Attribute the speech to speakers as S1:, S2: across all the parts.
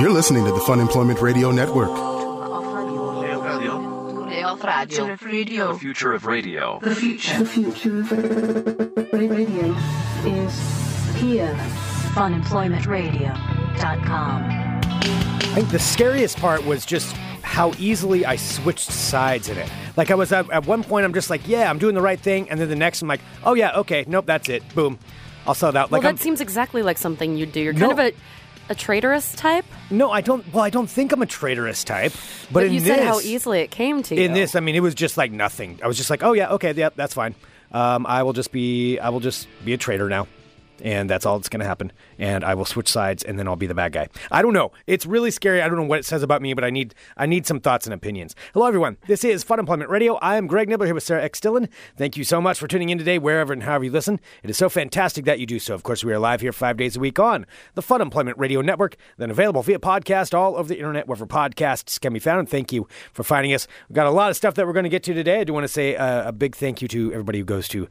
S1: You're listening to the Fun Employment Radio Network.
S2: Future of radio.
S3: Future of radio.
S2: The future.
S4: The future of radio is here.
S5: funemploymentradio.com.
S6: I think the scariest part was just how easily I switched sides in it. Like I was at, at one point, I'm just like, yeah, I'm doing the right thing, and then the next, I'm like, oh yeah, okay, nope, that's it, boom, I'll sell it out.
S7: Well, e
S6: Like,
S7: that
S6: I'm,
S7: seems exactly like something you'd do. You're
S6: No.
S7: kind of a, a traitorous type,
S6: no, I don't. Well, I don't think I'm a traitorous type, but,
S7: but
S6: in
S7: you
S6: this,
S7: said how easily it came to you.
S6: in this, I mean, it was just like nothing. I was just like, oh yeah, okay, yeah, that's fine. Um, I will just be, I will just be a traitor now, and that's all that's going to happen. And I will switch sides, and then I'll be the bad guy. I don't know. It's really scary. I don't know what it says about me, but I need, I need some thoughts and opinions. Hello, everyone. This is Fun Employment Radio. I am Greg Nibbler here with Sarah X Dillon. Thank you so much for tuning in today, wherever and however you listen. It is so fantastic that you do so. Of course, we are live here five days a week on the Fun Employment Radio Network, then available via podcast all over the internet wherever podcasts can be found. And thank you for finding us. We've got a lot of stuff that we're going to get to today. I do want to say uh, a big thank you to everybody who goes to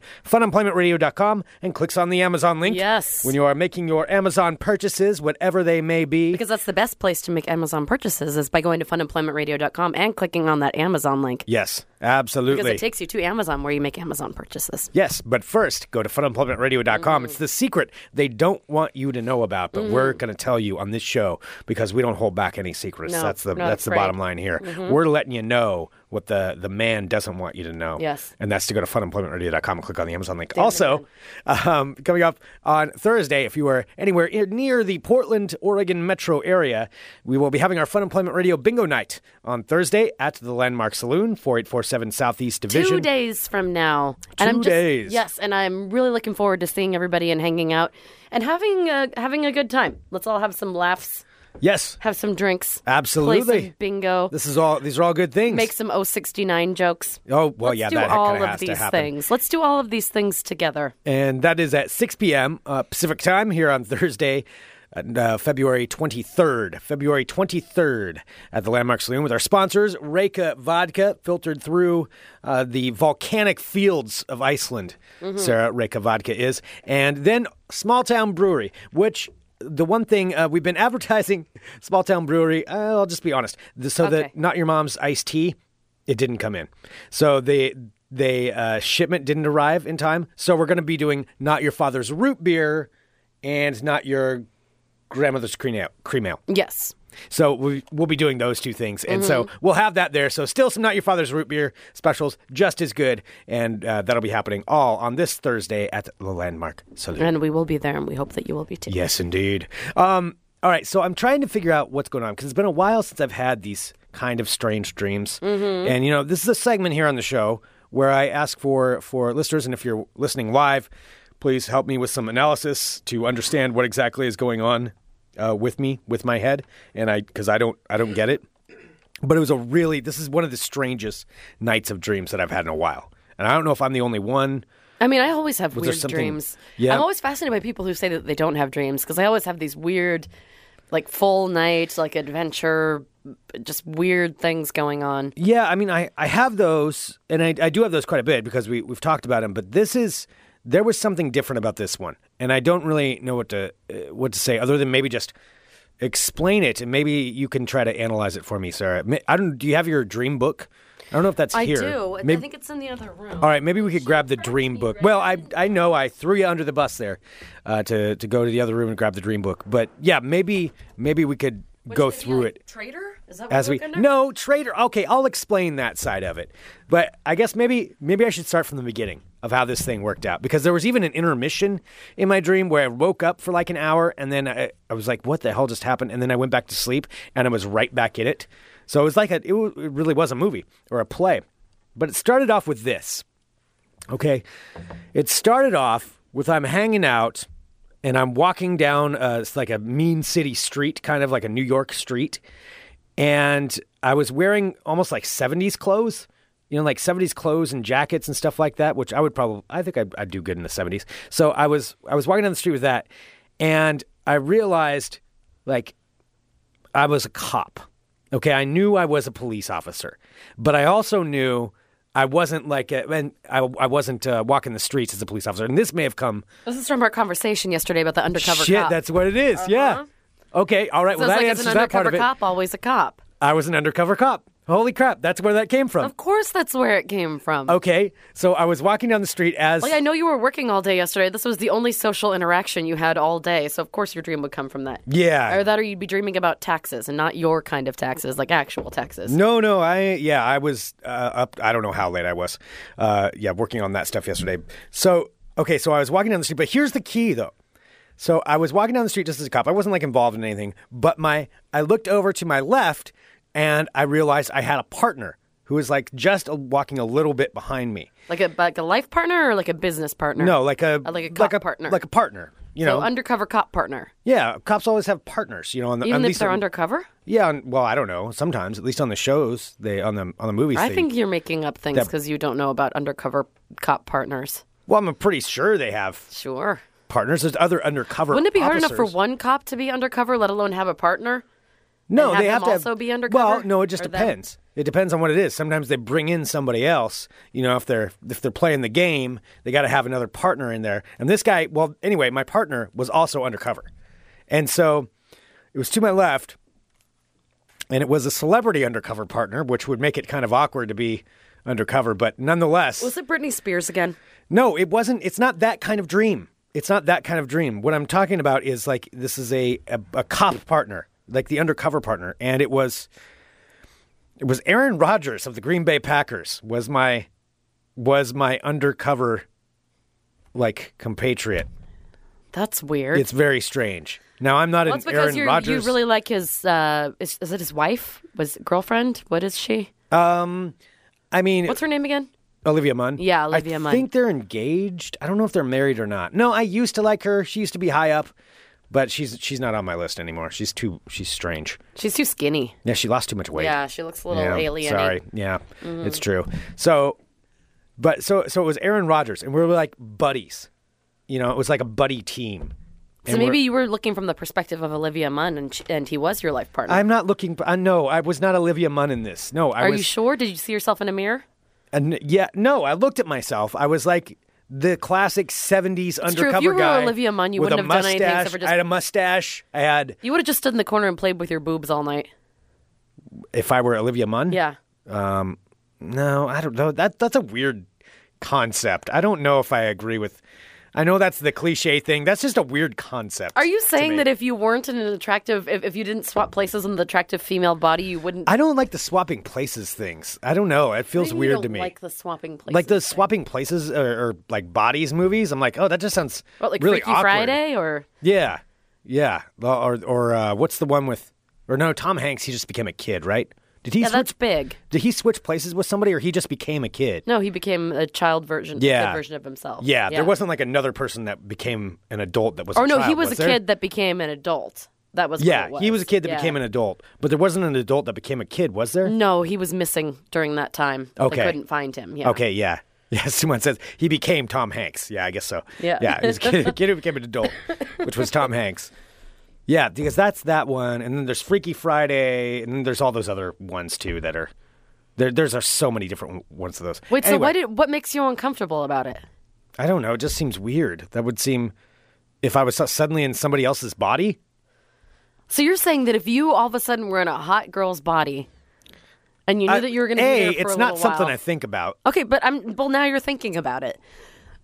S6: funemploymentradio.com and clicks on the Amazon link.
S7: Yes.
S6: When you are making your Amazon purchases, whatever they may be.
S7: because that's the best place to make Amazon purchases is by going to funemploymentradio.com and clicking on that Amazon link.
S6: yes, absolutely.
S7: Because it takes you to Amazon where you make Amazon purchases.
S6: Yes, but first, go to funemploymentradio.com.
S7: Mm.
S6: It's the secret they don't want you to know about, but we're going to tell you on this show because we don't hold back any secrets.
S7: No, Mm-hmm.
S6: that's the
S7: not
S6: that's the
S7: afraid.
S6: bottom line here. We're letting you know what the the man doesn't want you to know.
S7: Yes.
S6: And that's to go to funemploymentradio.com and click on the Amazon link. also, um, coming up on Thursday, if you are anywhere in- near the Portland, Oregon metro area, we will be having our Fun Employment Radio bingo night on Thursday at the Landmark Saloon, 4847 Southeast Division.
S7: Two days from now.
S6: Two
S7: and I'm just,
S6: days.
S7: Yes, and I'm really looking forward to seeing everybody and hanging out and having a, having a good time. Let's all have some laughs,
S6: Yes.
S7: have some drinks, play
S6: Absolutely.
S7: some bingo,
S6: This is all. These are all good things.
S7: make some 069 jokes.
S6: oh well,
S7: Let's
S6: yeah,
S7: do
S6: that
S7: all
S6: kinda
S7: of
S6: has to
S7: these
S6: happen.
S7: things. Let's do all of these things together.
S6: And that is at 6 p.m. Uh, Pacific time here on Thursday. Uh, February 23rd, February 23rd at the Landmark Saloon with our sponsors, Reka Vodka, filtered through uh, the volcanic fields of Iceland. Sarah Reka Vodka is. And then Small Town Brewery, which the one thing uh, we've been advertising, Small Town Brewery, uh, I'll just be honest. The- So
S7: Okay.
S6: that Not Your Mom's iced tea, it didn't come in. So they they uh, shipment didn't arrive in time. So we're going to be doing not your father's root beer and not your grandmother's cream ale. Cream ale.
S7: Yes.
S6: So we, we'll be doing those two things, and so we'll have that there. So still some not your father's root beer specials, just as good, and uh, that'll be happening all on this Thursday at the Landmark Saloon.
S7: And we will be there, and we hope that you will be too.
S6: Yes, indeed. Um, all right, so I'm trying to figure out what's going on because it's been a while since I've had these kind of strange dreams. And you know, this is a segment here on the show where I ask for for listeners, and if you're listening live, please help me with some analysis to understand what exactly is going on uh, with me, with my head, and I because I don't I don't get it. But it was a really this is one of the strangest nights of dreams that I've had in a while, and I don't know if I'm the only one.
S7: I mean, I always have
S6: there
S7: weird
S6: something-
S7: dreams.
S6: Yeah.
S7: I'm always fascinated by people who say that they don't have dreams because I always have these weird, like full night, like adventure, just weird things going on.
S6: Yeah, I mean, I, I have those, and I, I do have those quite a bit because we, we've talked about them. But this is there was something different about this one, and I don't really know what to uh, what to say other than maybe just explain it, and maybe you can try to analyze it for me, Sarah. Ma- I don't. Do you have your dream book? I don't know if that's
S7: I
S6: here.
S7: do. I
S6: Maybe-
S7: think it's in the other room.
S6: all right, maybe we could grab the dream book. Well, I I know I threw you under the bus there uh, to to go to the other room and grab the dream book, but yeah, maybe maybe we could go through it
S7: Traitor? Is that what
S6: as we no trader okay i'll explain that side of it but i guess maybe maybe i should start from the beginning of how this thing worked out because there was even an intermission in my dream where i woke up for like an hour and then i, I was like what the hell just happened and then i went back to sleep and i was right back in it so it was like a, it, w- it really was a movie or a play but it started off with this okay it started off with i'm hanging out and i'm walking down uh, it's like a mean city street kind of like a new york street and I was wearing almost like 70s clothes, you know, like 70s clothes and jackets and stuff like that, which I would probably, I think I'd, I'd do good in the 70s. So I was, I was walking down the street with that, and I realized, like, I was a cop. Okay, I knew I was a police officer, but I also knew I wasn't like, a, and I, I wasn't uh, walking the streets as a police officer. And this may have come
S7: This is from our conversation yesterday about the undercover
S6: Shit,
S7: cop.
S6: that's what it is. Yeah. Okay, all right. well,
S7: Sounds
S6: that
S7: like it's
S6: answers
S7: an
S6: that part
S7: undercover
S6: of it.
S7: cop, always a cop.
S6: I was an undercover cop. Holy crap, that's where that came from.
S7: Of course, that's where it came from.
S6: Okay, so I was walking down the street as
S7: Like, Oh, I know you were working all day yesterday. This was the only social interaction you had all day, so of course your dream would come from that.
S6: yeah.
S7: Or that, or you'd be dreaming about taxes and not your kind of taxes, like actual taxes.
S6: No, no, I yeah, I was uh, up. I don't know how late I was. Uh, yeah, working on that stuff yesterday. So okay, so I was walking down the street, but here's the key though. So I was walking down the street just as a cop. I wasn't like involved in anything, but my I looked over to my left and I realized I had a partner who was like just a, walking a little bit behind me.
S7: Like a like a life partner or like a business partner.
S6: No, like a
S7: Uh, like a cop partner.
S6: like a partner. You
S7: So
S6: know,
S7: undercover cop partner.
S6: yeah, cops always have partners. You know, on the
S7: Even
S6: at
S7: if
S6: least
S7: they're
S6: on-
S7: undercover,
S6: Yeah, on, well, I don't know. Sometimes, at least on the shows, they on the on the movies.
S7: I
S6: they-
S7: think you're making up things
S6: That-
S7: because you don't know about undercover cop partners.
S6: Well, I'm pretty sure they have
S7: Sure.
S6: partners. There's other undercover.
S7: Wouldn't it be hard enough for
S6: officers.
S7: one cop to be undercover, let alone have a partner?
S6: No,
S7: and have
S6: they
S7: them
S6: have to have-
S7: also be undercover?
S6: Well, no, it just
S7: Or them?
S6: depends. It depends on what it is. Sometimes they bring in somebody else. You know, if they're if they're playing the game, they got to have another partner in there. And this guy, well, anyway, my partner was also undercover, and so it was to my left, and it was a celebrity undercover partner, which would make it kind of awkward to be undercover. But nonetheless,
S7: Was it Britney Spears again?
S6: No, it wasn't. It's not that kind of dream. It's not that kind of dream. What I'm talking about is like this is a a, a cop partner, like the undercover partner, and it was it was Aaron Rodgers of the Green Bay Packers was my was my undercover like compatriot.
S7: That's weird.
S6: It's very strange. Now I'm not
S7: well,
S6: an
S7: it's because
S6: Aaron
S7: you're, you
S6: Rodgers.
S7: really like his. Uh, is, is it his wife? Was girlfriend? What is she?
S6: I mean,
S7: What's her name again?
S6: Olivia Munn.
S7: Yeah, Olivia
S6: I
S7: Munn.
S6: think they're engaged. I don't know if they're married or not. No, I used to like her. She used to be high up, but she's she's not on my list anymore. She's too she's strange.
S7: She's too skinny.
S6: Yeah, she lost too much weight.
S7: Yeah, she looks a little Mm-hmm.
S6: Yeah,
S7: alien.
S6: Sorry. Yeah, it's true. So, but so so it was Aaron Rodgers, and we were like buddies. You know, it was like a buddy team.
S7: So
S6: And
S7: maybe
S6: we're-
S7: you were looking from the perspective of Olivia Munn, and she, and he was your life partner.
S6: I'm not looking. I no, I was not Olivia Munn in this. No, I
S7: Are
S6: was.
S7: you sure? Did you see yourself in a mirror?
S6: and yeah, no, I looked at myself. I was like the classic '70s
S7: true. If
S6: undercover
S7: you were
S6: guy.
S7: Olivia Munn, you
S6: with
S7: wouldn't
S6: a
S7: have done anything
S6: mustache.
S7: except for just-
S6: I had a mustache. I had.
S7: You would have just stood in the corner and played with your boobs all night.
S6: If I were Olivia Munn, um,
S7: Yeah.
S6: No, I don't know. That that's a weird concept. I don't know if I agree with. I know that's the cliche thing. That's just a weird concept.
S7: Are you
S6: to
S7: saying
S6: me.
S7: that if you weren't in an attractive, if, if you didn't swap places in the attractive female body, you wouldn't?
S6: I don't like the swapping places things. I don't know. It feels
S7: Maybe you
S6: weird
S7: don't
S6: to me.
S7: Like the swapping places.
S6: Like the swapping places or, or like bodies movies. I'm like, oh, that just sounds
S7: What, like
S6: really
S7: Freaky
S6: awkward.
S7: Friday or
S6: Yeah, yeah. Or or uh, what's the one with? Or no, Tom Hanks. He just became a kid, right? Did he
S7: yeah,
S6: switch?
S7: that's big.
S6: Did he switch places with somebody, or he just became a kid?
S7: No, he became a child version, a
S6: Yeah.
S7: kid version of himself.
S6: Yeah, there wasn't like another person that became an adult that was.
S7: Or
S6: a
S7: no,
S6: child,
S7: he was, a
S6: there?
S7: kid that became an adult. That was what
S6: Yeah,
S7: it was.
S6: he was a kid that
S7: Yeah.
S6: became an adult, but there wasn't an adult that became a kid, was there?
S7: No, he was missing during that time.
S6: Okay.
S7: they couldn't find him. Yeah.
S6: Okay, yeah. Yeah, someone says he became Tom Hanks. Yeah, I guess so.
S7: Yeah.
S6: Yeah, he was a kid, a kid who became an adult, which was Tom Hanks. Yeah, because that's that one. And then there's Freaky Friday, and then there's all those other ones too that are there there's are so many different ones of those.
S7: Wait, so
S6: Anyway,
S7: what did, what makes you uncomfortable about it?
S6: I don't know, it just seems weird. That would seem if I was su- suddenly in somebody else's body,
S7: So you're saying that if you all of a sudden were in a hot girl's body, and you knew
S6: I-
S7: that you were going to be
S6: Uh, A,
S7: there for
S6: it's
S7: a
S6: not
S7: little
S6: something
S7: while-
S6: I think about.
S7: Okay, but I'm well now you're thinking about it.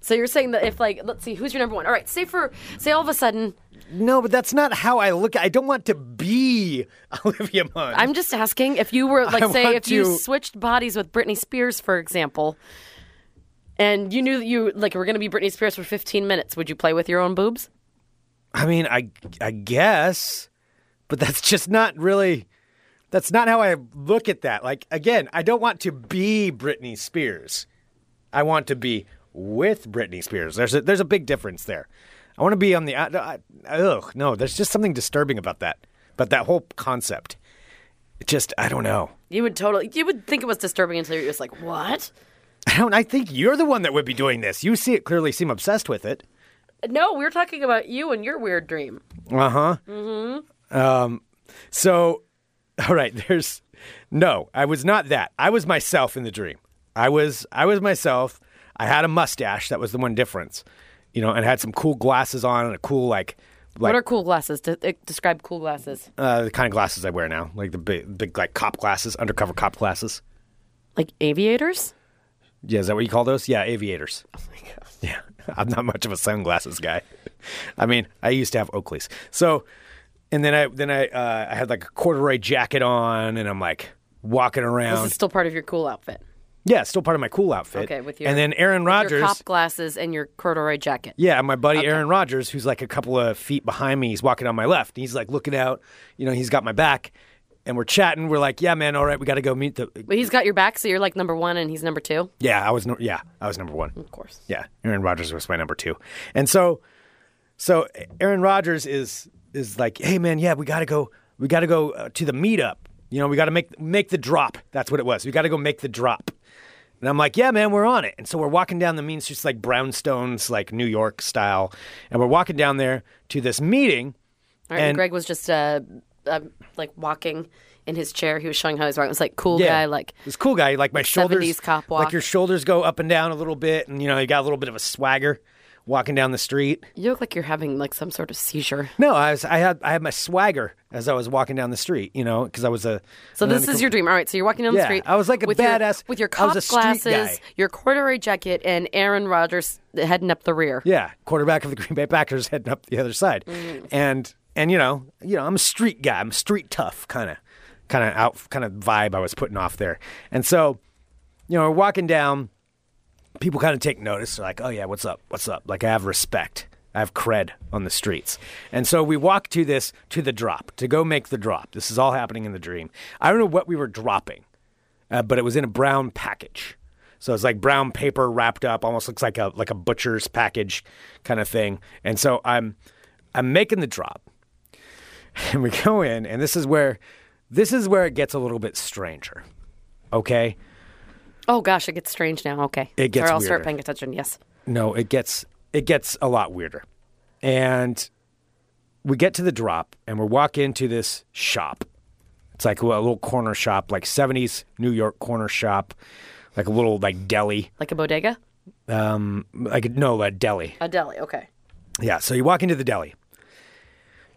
S7: So you're saying that if like let's see who's your number one. All right, say for say all of a sudden
S6: No, but that's not how I look. I don't want to be Olivia Munn.
S7: I'm just asking if you were like
S6: I
S7: say
S6: want
S7: if you
S6: to-
S7: switched bodies with Britney Spears for example and you knew that you like were going to be Britney Spears for 15 minutes, would you play with your own boobs?
S6: I mean, I I guess, but that's just not really. That's not how I look at that. Like again, I don't want to be Britney Spears. I want to be with Britney Spears. There's a, there's a big difference there. I want to be on the. I, I, ugh, no. There's just something disturbing about that. About that whole concept. It just I don't know.
S7: You would totally you would think it was disturbing until you're just like, "What?"
S6: I don't. I think you're the one that would be doing this. You see it clearly. Seem obsessed with it.
S7: No, we were talking about you and your weird dream.
S6: Uh huh. Mm-hmm. Um, so, all right. There's no. I was not that. I was myself in the dream. I was. I was myself. I had a mustache. That was the one difference, you know, and I had some cool glasses on and a cool like like
S7: what are cool glasses? De- eh, describe cool glasses.
S6: uh, the kind of glasses I wear now, like the big, big like cop glasses, undercover cop glasses.
S7: Like aviators?
S6: Yeah, is that what you call those? Yeah, aviators.
S7: Oh
S6: Yeah, I'm not much of a sunglasses guy. I mean, I used to have Oakleys. So, and then I then I uh, I had like a corduroy jacket on, and I'm like walking
S7: This
S6: around.
S7: is still part of your cool outfit.
S6: yeah, it's still part of my cool outfit.
S7: Okay, with your
S6: and then Aaron
S7: with
S6: Rodgers.
S7: your cop glasses and your corduroy jacket.
S6: Yeah, my buddy Aaron Rodgers, who's like a couple of feet behind me, he's walking on my left. He's like looking out, you know, he's got my back, and we're chatting. We're like, "Yeah, man, all right, we got to go meet the."
S7: But he's got your back, so you're like number one, and he's number two.
S6: Yeah, I was no- yeah, I was number one.
S7: Of course.
S6: Yeah, Aaron Rodgers was my number two, and so, so Aaron Rodgers is is like, hey man, yeah, we gotta go, we gotta go uh, to the meetup. You know, we gotta make make the drop. That's what it was. We gotta go make the drop. And I'm like, yeah, man, we're on it. And so we're walking down the mean streets like brownstones, like New York style, and we're walking down there to this meeting.
S7: All right, and
S6: And-
S7: Greg was just uh, uh, like walking in his chair. He was showing how he's walking. It was like cool guy, like
S6: this cool guy, like my shoulders,
S7: 70s cop walk.
S6: like your shoulders go up and down a little bit, and you know, you got a little bit of a swagger walking down the street.
S7: you look like you're having like some sort of seizure.
S6: No, I was. I had. I had my swagger as I was walking down the street. You know, because I was a. uh,
S7: So
S6: an
S7: this is
S6: undercover-
S7: your dream. All right, so you're walking down the
S6: Yeah,
S7: street.
S6: I was like a
S7: with your-
S6: badass-
S7: with your
S6: I was
S7: cop
S6: a street guy.
S7: glasses, your corduroy jacket, and Aaron Rodgers heading up the rear.
S6: Yeah, quarterback of the Green Bay Packers heading up the other side,
S7: Mm.
S6: and and you know, you know, I'm a street guy. I'm a street tough kind of, kind of out, kind of vibe I was putting off there, and so, you know, we're walking down. People kind of take notice. They're like, "Oh yeah, what's up? What's up?" Like I have respect. I have cred on the streets, and so we walk to this to the drop to go make the drop. This is all happening in the dream. I don't know what we were dropping. uh, but it was in a brown package. So it's like brown paper wrapped up, almost looks like a like a butcher's package kind of thing. And so I'm I'm making the drop, and we go in, and this is where this is where it gets a little bit stranger. Okay,
S7: Oh gosh, it gets strange now. Okay,
S6: It gets
S7: Sorry, I'll
S6: weirder.
S7: start paying attention. Yes.
S6: no, it gets it gets a lot weirder, and we get to the drop, and we walk into this shop. It's like a little corner shop, like '70s New York corner shop, like a little like deli.
S7: Like a bodega?
S6: um, like no, a deli.
S7: A deli, okay.
S6: Yeah. So you walk into the deli,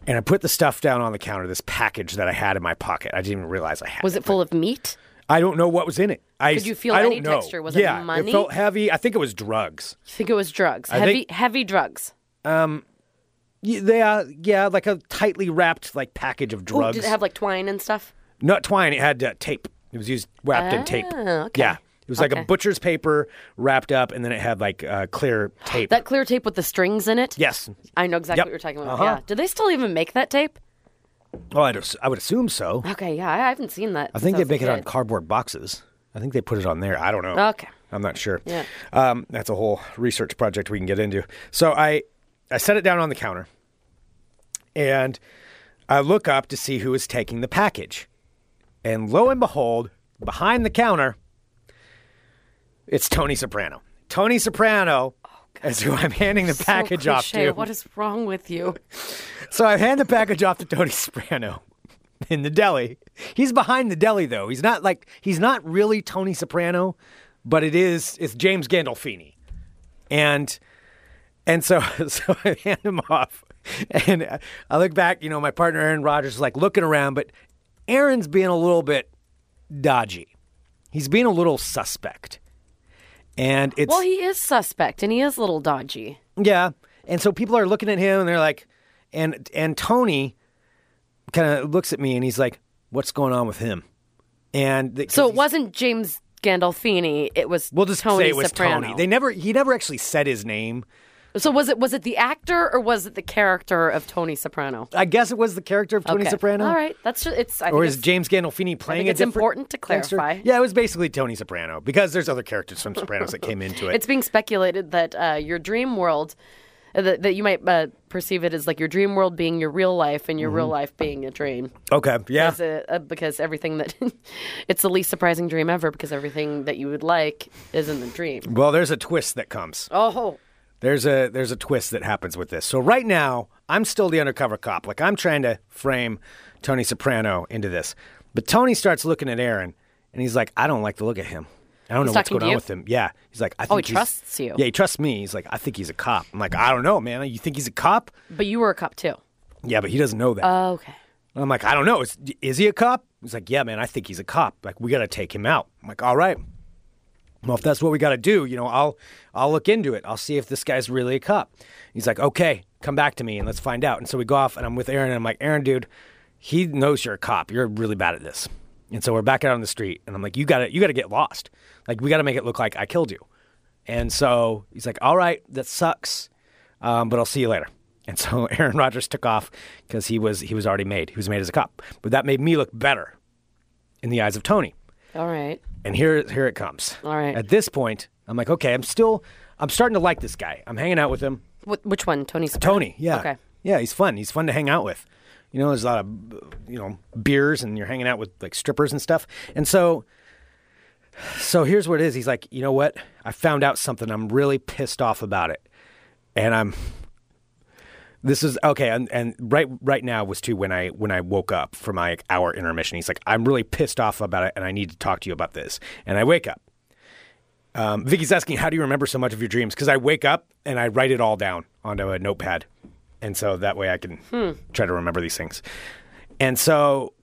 S6: and I put the stuff down on the counter. This package that I had in my pocket, I didn't even realize I had.
S7: Was it full of meat?
S6: I don't know what was in it. I
S7: Could you feel
S6: I don't
S7: any
S6: know.
S7: texture? Was it
S6: yeah,
S7: money?
S6: It felt heavy. I think it was drugs.
S7: You think it was drugs?
S6: I
S7: heavy
S6: think-
S7: heavy drugs.
S6: Y- Yeah, uh, yeah, like a tightly wrapped like package of
S7: Ooh,
S6: drugs.
S7: did it have like twine and stuff?
S6: Not twine. It had uh, tape. It was used wrapped in tape.
S7: Ah, okay.
S6: Yeah. It was like
S7: Okay.
S6: a butcher's paper wrapped up, and then it had like uh, clear tape.
S7: That clear tape with the strings in it?
S6: yes.
S7: I know exactly
S6: Yep.
S7: what you're talking about.
S6: Uh-huh.
S7: Yeah. Do they still even make that tape?
S6: Well, Oh, I'd, as- I would assume so.
S7: Okay, yeah, I haven't seen that.
S6: I
S7: since
S6: think they
S7: was a
S6: make it on
S7: kid.
S6: cardboard boxes. I think they put it on there. I don't know.
S7: Okay.
S6: I'm not sure.
S7: Yeah.
S6: Um, that's a whole research project we can get into. So I, I set it down on the counter and I look up to see who is taking the package. And lo and behold, behind the counter, it's Tony Soprano. Tony Soprano is who I'm handing the
S7: Oh, So
S6: package off
S7: cliche.
S6: to.
S7: What is wrong with you?
S6: So I hand the package off to Tony Soprano in the deli. He's behind the deli though. He's not like he's not really Tony Soprano, but it is it's James Gandolfini. And and so so I hand him off. And I look back, you know, my partner Aaron Rodgers is like looking around, but Aaron's being a little bit dodgy. He's being a little suspect. And it's
S7: Well, he is suspect and he is a little dodgy.
S6: yeah. And so people are looking at him and they're like, and and Tony kind of looks at me and he's like, what's going on with him? And the,
S7: So it wasn't James Gandolfini, it was
S6: we'll just
S7: Tony
S6: say it was
S7: Soprano.
S6: Tony. They never he never actually said his name.
S7: So was it was it the actor or was it the character of Tony Soprano?
S6: I guess it was the character of Tony
S7: Okay.
S6: Soprano.
S7: All right, that's just it's.
S6: Or
S7: I think
S6: is
S7: it's-
S6: James Gandolfini playing
S7: it's
S6: a different
S7: important to
S6: gangster?
S7: clarify.
S6: Yeah, it was basically Tony Soprano because there's other characters from Sopranos that came into it.
S7: It's being speculated that uh, your dream world, uh, that, that you might uh, perceive it as like your dream world being your real life and your
S6: Mm-hmm.
S7: real life being a dream.
S6: okay, yeah.
S7: As a, uh, because everything that, it's the least surprising dream ever because everything that you would like is in the dream.
S6: Well, there's a twist that comes.
S7: Oh,
S6: There's a there's a twist that happens with this. So right now, I'm still the undercover cop. Like I'm trying to frame Tony Soprano into this. But Tony starts looking at Aaron and he's like, I don't like the look at him. I don't
S7: He's
S6: know what's
S7: talking
S6: going
S7: to
S6: on
S7: you?
S6: with him. Yeah. He's like, I think
S7: Oh, he
S6: he's-
S7: trusts you.
S6: Yeah, he trusts me. He's like, I think he's a cop. I'm like, I don't know, man. You think he's a cop?
S7: but you were a cop too.
S6: Yeah, but he doesn't know that.
S7: Oh, okay.
S6: I'm like, I don't know. Is, is he a cop? He's like, yeah, man, I think he's a cop. Like, we got to take him out. I'm like, all right. Well, if that's what we got to do, you know, I'll I'll look into it. I'll see if this guy's really a cop. He's like, okay, come back to me and let's find out. And so we go off, and I'm with Aaron, and I'm like, Aaron, dude, he knows you're a cop. You're really bad at this. And so we're back out on the street, and I'm like, you got to you got to get lost. Like, we got to make it look like I killed you. And so he's like, all right, that sucks um, but I'll see you later. And so Aaron Rodgers took off because he was he was already made. He was made as a cop, but that made me look better in the eyes of Tony.
S7: All right.
S6: And here here it comes.
S7: All right.
S6: At this point, I'm like, okay, I'm still I'm starting to like this guy. I'm hanging out with him.
S7: Wh- which one? Tony Soprano?
S6: Tony, yeah,
S7: Okay.
S6: yeah, he's fun. He's fun to hang out with. You know, there's a lot of you know beers, and you're hanging out with like strippers and stuff. And so, so here's what it is. He's like, you know what? I found out something. I'm really pissed off about it, and I'm. This is okay, and, and right right now was too when I when I woke up for my hour intermission. He's like, I'm really pissed off about it, and I need to talk to you about this. And I wake up. Um, Vicky's asking, how do you remember so much of your dreams? Because I wake up and I write it all down onto a notepad. And so that way I can try to remember these things. And so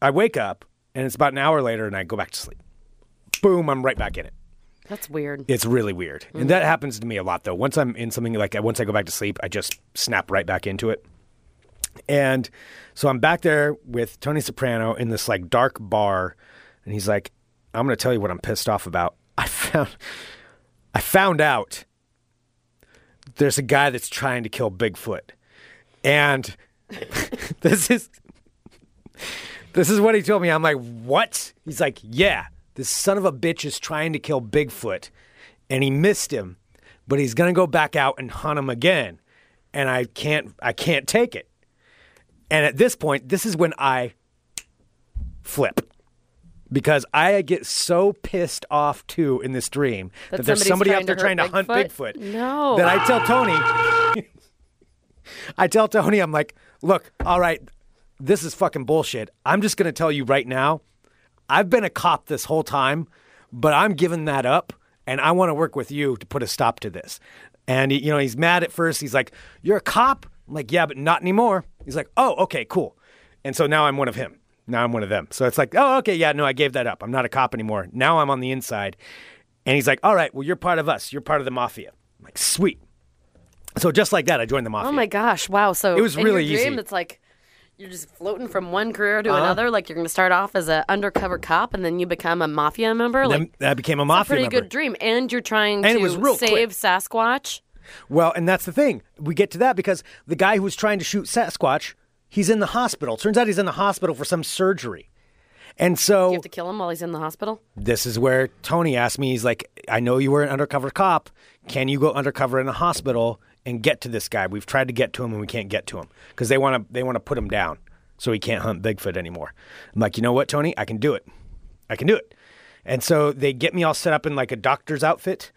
S6: I wake up and it's about an hour later and I go back to sleep. Boom, I'm right back in it.
S7: That's weird.
S6: It's really weird. And that happens to me a lot though. Once I'm in something like once I go back to sleep, I just snap right back into it. And so I'm back there with Tony Soprano in this like dark bar and he's like, "I'm going to tell you what I'm pissed off about. I found I found out there's a guy that's trying to kill Bigfoot." And this is this is what he told me. I'm like, what? He's like, yeah, this son of a bitch is trying to kill Bigfoot and he missed him, but he's gonna go back out and hunt him again. And I can't I can't take it. And at this point, this is when I flip. Because I get so pissed off too in this dream that,
S7: That
S6: there's
S7: somebody's
S6: somebody
S7: trying
S6: out there
S7: to
S6: trying to
S7: hurt
S6: hunt
S7: Bigfoot?
S6: Bigfoot.
S7: No.
S6: That I tell Tony I tell Tony, I'm like, look, all right, this is fucking bullshit. I'm just going to tell you right now, I've been a cop this whole time, but I'm giving that up and I want to work with you to put a stop to this. And, he, you know, he's mad at first. He's like, you're a cop? I'm like, yeah, but not anymore. He's like, oh, okay, cool. And so now I'm one of him. Now I'm one of them. So it's like, oh, okay, yeah, no, I gave that up. I'm not a cop anymore. Now I'm on the inside. And he's like, all right, well, you're part of us. You're part of the mafia. I'm like, sweet. So just like that, I joined the mafia.
S7: Oh my gosh! Wow. So
S6: It was
S7: in
S6: really
S7: your
S6: easy.
S7: dream,
S6: Uh-huh.
S7: It's like you're just floating from one career to another. Like you're going to start off as an undercover cop, and then you become a mafia member.
S6: Then
S7: Like
S6: that became a
S7: a
S6: mafia
S7: pretty
S6: member.
S7: good dream, and you're trying
S6: And it
S7: to
S6: was real
S7: save
S6: quick.
S7: Sasquatch.
S6: Well, and that's the thing. We get to that because the guy who was trying to shoot Sasquatch, he's in the hospital. Turns out he's in the hospital for some surgery. And
S7: You
S6: so
S7: have to kill him while he's in the hospital.
S6: this is where Tony asked me, he's like, I know you were an undercover cop. Can you go undercover in a hospital and get to this guy? We've tried to get to him and we can't get to him because they want to they want to put him down so he can't hunt Bigfoot anymore. I'm like, you know what, Tony? I can do it. I can do it. And so they get me all set up in like a doctor's outfit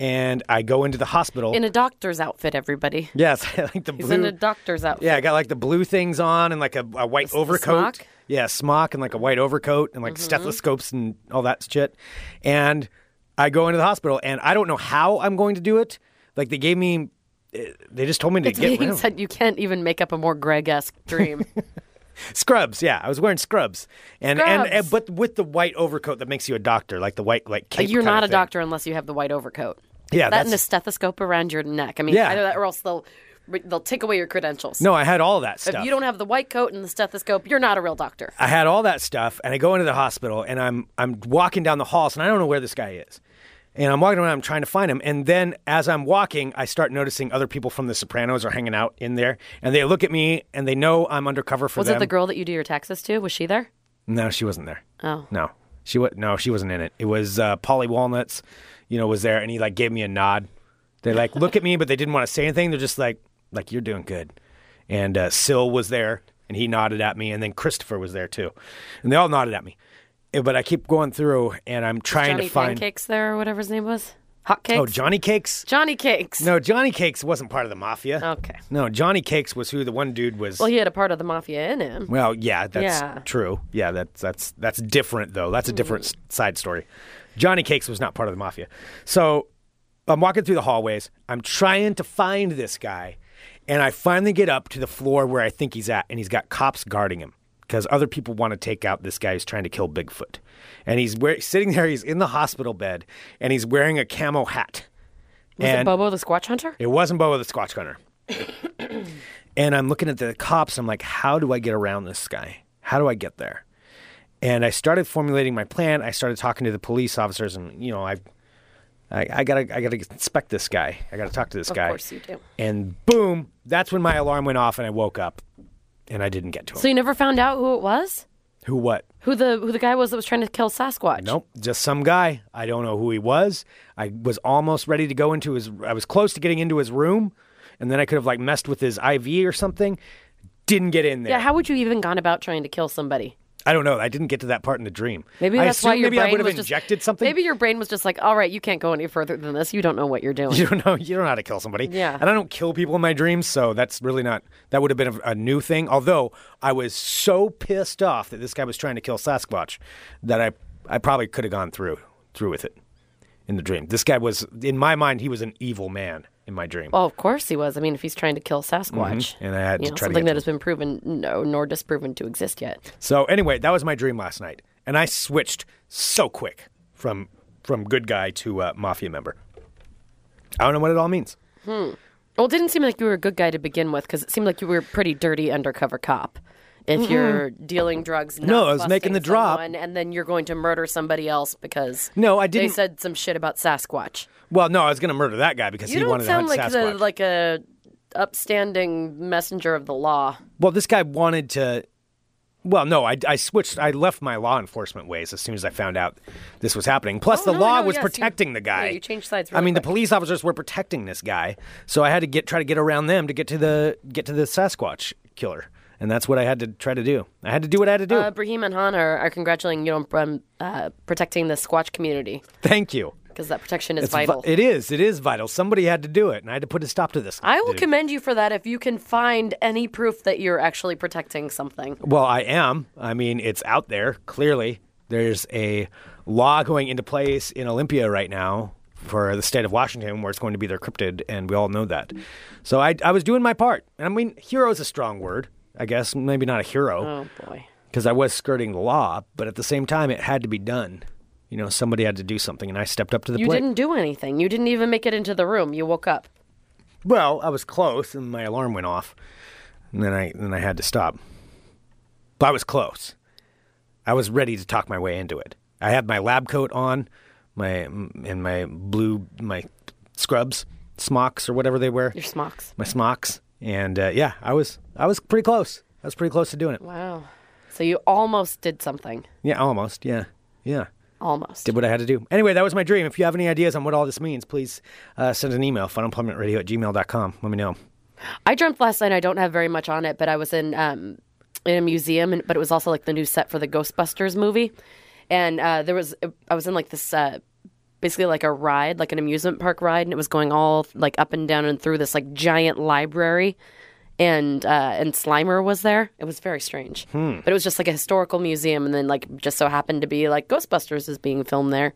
S6: and I go into the hospital.
S7: In a doctor's outfit, everybody.
S6: Yes, I like the blue.
S7: He's in a doctor's outfit.
S6: yeah, I got like the blue things on and like a, a white
S7: the
S6: overcoat.
S7: smock? Mm-hmm.
S6: Yeah, smock and like a white overcoat and like stethoscopes and all that shit. And I go into the hospital and I don't know how I'm going to do it. Like they gave me, eh, they just told me to
S7: It's
S6: get rid
S7: being
S6: of
S7: said you can't even make up a more Greg-esque dream.
S6: scrubs. Yeah, I was wearing scrubs and, and
S7: Scrubs.
S6: and but with the white overcoat that makes you a doctor, like the white like cape.
S7: You're
S6: kinda
S7: not a
S6: thing.
S7: doctor unless you have the white overcoat.
S6: Yeah,
S7: that
S6: that's-
S7: and a stethoscope around your neck. I mean,
S6: Yeah.
S7: either that or else they'll they'll take away your credentials.
S6: No, I had all that
S7: if
S6: stuff.
S7: you don't have the white coat and the stethoscope, you're not a real doctor.
S6: I had all that stuff, and I go into the hospital, and I'm I'm walking down the halls, and I don't know where this guy is, and I'm walking around, I'm trying to find him, and then as I'm walking, I start noticing other people from The Sopranos are hanging out in there, and they look at me, and they know I'm undercover for
S7: Was
S6: them.
S7: it the girl that you do your taxes to? Was she there?
S6: No, she wasn't there.
S7: Oh.
S6: no, she was no, she wasn't in it. It was uh, Polly Walnuts, you know, was there, and he like gave me a nod. They like look at me, but they didn't want to say anything. They're just like, like you're doing good. And uh, Syl was there, and he nodded at me, and then Christopher was there too, and they all nodded at me. Eh, But I keep going through, and I'm trying
S7: Johnny
S6: to find
S7: Pancakes there or whatever his name was? Hot Cakes?
S6: oh Johnny Cakes.
S7: Johnny Cakes.
S6: No, Johnny Cakes wasn't part of the mafia.
S7: Okay.
S6: No, Johnny Cakes was who the one dude was.
S7: Well, he had a part of the mafia in him.
S6: Well, yeah, that's
S7: Mm. Yeah.
S6: true. Yeah, that's that's that's different though. That's a different s side story. Johnny Cakes was not part of the mafia. So I'm walking through the hallways. I'm trying to find this guy, And I finally get up to the floor where I think he's at, and he's got cops guarding him because other people want to take out this guy who's trying to kill Bigfoot. And he's wear- sitting there, he's in the hospital bed, and he's wearing a camo hat.
S7: Was
S6: and
S7: it Bobo the Squatch Hunter?
S6: it wasn't Boa the Squatch Hunter. and I'm looking at the cops. I'm like, how do I get around this guy? How do I get there? And I started formulating my plan. I started talking to the police officers, and you know, I, I, I gotta, I gotta inspect this guy. I gotta talk to this
S7: Of
S6: guy.
S7: course you do.
S6: And boom, that's when my alarm went off, and I woke up, and I didn't get to him.
S7: So you never found out who it was?
S6: Who? What?
S7: Who the who the guy was that was trying to kill Sasquatch?
S6: Nope, just some guy. I don't know who he was. I was almost ready to go into his. I was close to getting into his room, and then I could have like messed with his IV or something. Didn't get in there.
S7: Yeah, how would you even gone about trying to kill somebody?
S6: I don't know. I didn't get to that part in the dream.
S7: Maybe
S6: I
S7: that's why
S6: assume
S7: your
S6: maybe
S7: brain
S6: I would have
S7: was
S6: injected
S7: just,
S6: something.
S7: Maybe your brain was just like, "All right, you can't go any further than this. You don't know what you're doing."
S6: you don't know. You don't know how to kill somebody.
S7: Yeah.
S6: And I don't kill people in my dreams, so that's really not. That would have been a, a new thing. Although I was so pissed off that this guy was trying to kill Sasquatch that I I probably could have gone through through with it in the dream. This guy was in my mind. He was an evil man in my dream.
S7: Well, of course he was. I mean, if he's trying to kill Sasquatch,
S6: Mm-hmm. And I had
S7: you
S6: to
S7: know,
S6: try to get
S7: something that
S6: to
S7: has been proven no, nor disproven to exist yet.
S6: So anyway, that was my dream last night, and I switched so quick from from good guy to uh, mafia member. I don't know what it all means.
S7: Well, it didn't seem like you were a good guy to begin with because it seemed like you were a pretty dirty undercover cop. If you're dealing drugs, not
S6: Mm-hmm. No, I was making
S7: busting
S6: the drop.
S7: someone, and then you're going to murder somebody else because
S6: No, I
S7: they
S6: didn't.
S7: said some shit about Sasquatch.
S6: Well, no, I was going to murder that guy because
S7: You
S6: he
S7: don't
S6: wanted
S7: sound
S6: to
S7: like
S6: hunt
S7: the
S6: Sasquatch.
S7: like a upstanding messenger of the law.
S6: well, this guy wanted to. Well, no, I, I switched. I left my law enforcement ways as soon as I found out this was happening. Plus, the
S7: Oh, no,
S6: law
S7: no,
S6: was
S7: yes, you-
S6: protecting the guy.
S7: yeah, you changed sides
S6: I
S7: really
S6: mean, the
S7: quick.
S6: police officers were protecting this guy, so I had to get try to get around them to get to the get to the Sasquatch killer, and that's what I had to try to do. I had to do what I had to do.
S7: Uh, Brahim and Han are, are congratulating you on um, uh, protecting the Squatch community
S6: Thank you.
S7: because that protection is
S6: vi-
S7: vital.
S6: it is. It is vital. Somebody had to do it, and I had to put a stop to this.
S7: I will
S6: dude.
S7: commend you for that if you can find any proof that you're actually protecting something.
S6: Well, I am. I mean, it's out there. Clearly, there's a law going into place in Olympia right now for the state of Washington, where it's going to be their cryptid, and we all know that. So I, I was doing my part. And I mean, hero is a strong word, I guess. Maybe not a hero,
S7: Oh boy.
S6: because I was skirting the law, but at the same time, it had to be done. You know, somebody had to do something, and I stepped up to the
S7: You
S6: plate.
S7: didn't do anything. You didn't even make it into the room. You woke up.
S6: Well, I was close, and my alarm went off, and then I then I had to stop. But I was close. I was ready to talk my way into it. I had my lab coat on, my and my blue my scrubs, smocks or whatever they were,
S7: Your smocks.
S6: my smocks, and uh, yeah, I was I was pretty close. I was pretty close to doing it.
S7: Wow. So you almost did something.
S6: Yeah, almost. Yeah, yeah.
S7: Almost.
S6: Did what I had to do. Anyway, that was my dream. If you have any ideas on what all this means, please uh, send an email, funemploymentradio at gmail.com. Let me know.
S7: I dreamt last night. I don't have very much on it, but I was in um, in a museum, and, but it was also like the new set for the Ghostbusters movie, and uh, there was I was in like this. Uh, Basically, like a ride, like an amusement park ride, and it was going all like up and down and through this like giant library, and uh, and Slimer was there. It was very strange,
S6: Hmm.
S7: but it was just like a historical museum, and then like just so happened to be like Ghostbusters is being filmed there,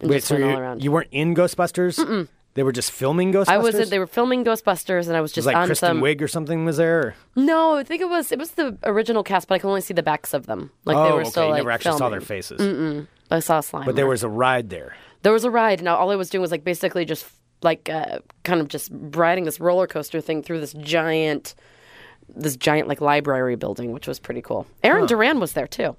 S7: and
S6: Wait,
S7: just
S6: so
S7: went
S6: you,
S7: all around.
S6: you weren't in Ghostbusters? They were just filming Ghostbusters.
S7: I was they were filming Ghostbusters, and I
S6: It was
S7: was just
S6: like
S7: on
S6: Kristen
S7: some
S6: Wiig or something was there. or-
S7: No, I think it was it was the original cast, but I can only see the backs of them. Like
S6: oh,
S7: they were
S6: okay.
S7: still
S6: you
S7: like
S6: never actually saw their
S7: filming.
S6: faces,
S7: I saw slime.
S6: but there was a ride there.
S7: there was a ride, and all I was doing was like basically just like uh, kind of just riding this roller coaster thing through this giant, this giant like library building, which was pretty cool. Aaron Duran was there too.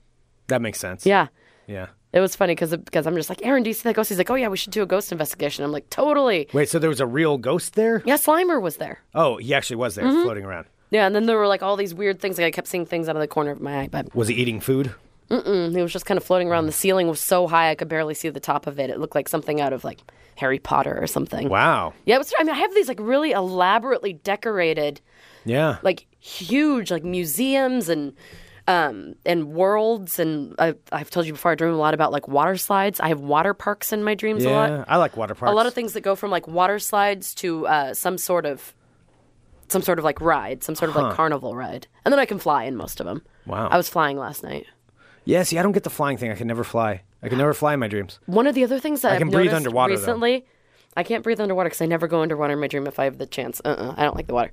S6: That makes sense.
S7: Yeah.
S6: yeah.
S7: It was funny because because I'm just like Aaron, do you see that ghost? He's like, oh yeah, we should do a ghost investigation. I'm like, totally.
S6: Wait, so there was a real ghost there?
S7: Yeah, Slimer was there.
S6: Oh, he actually was there,
S7: Mm-hmm.
S6: floating around.
S7: Yeah, and then there were like all these weird things. Like I kept seeing things out of the corner of my eye, but
S6: Was he eating food?
S7: It was just kind of floating around. The ceiling was so high I could barely see the top of it. It looked like something out of like Harry Potter or something.
S6: Wow.
S7: Yeah, it was, I mean, I have these like really elaborately decorated,
S6: Yeah.
S7: like huge like museums and um and worlds and I, I've told you before I dream a lot about like water slides. I have water parks in my dreams a lot.
S6: yeah. I like water parks.
S7: A lot of things that go from like water slides to uh, some sort of some sort of like ride, some sort of like carnival ride, and then I can fly in most of them.
S6: Wow.
S7: I was flying last night.
S6: Yeah. See, I don't get the flying thing. I can never fly. I can never fly in my dreams.
S7: One of the other things that I
S6: can
S7: have
S6: breathe
S7: noticed
S6: underwater, though.
S7: recently, I can't breathe underwater because I never go underwater in my dream if I have the chance. Uh, uh I don't like the water.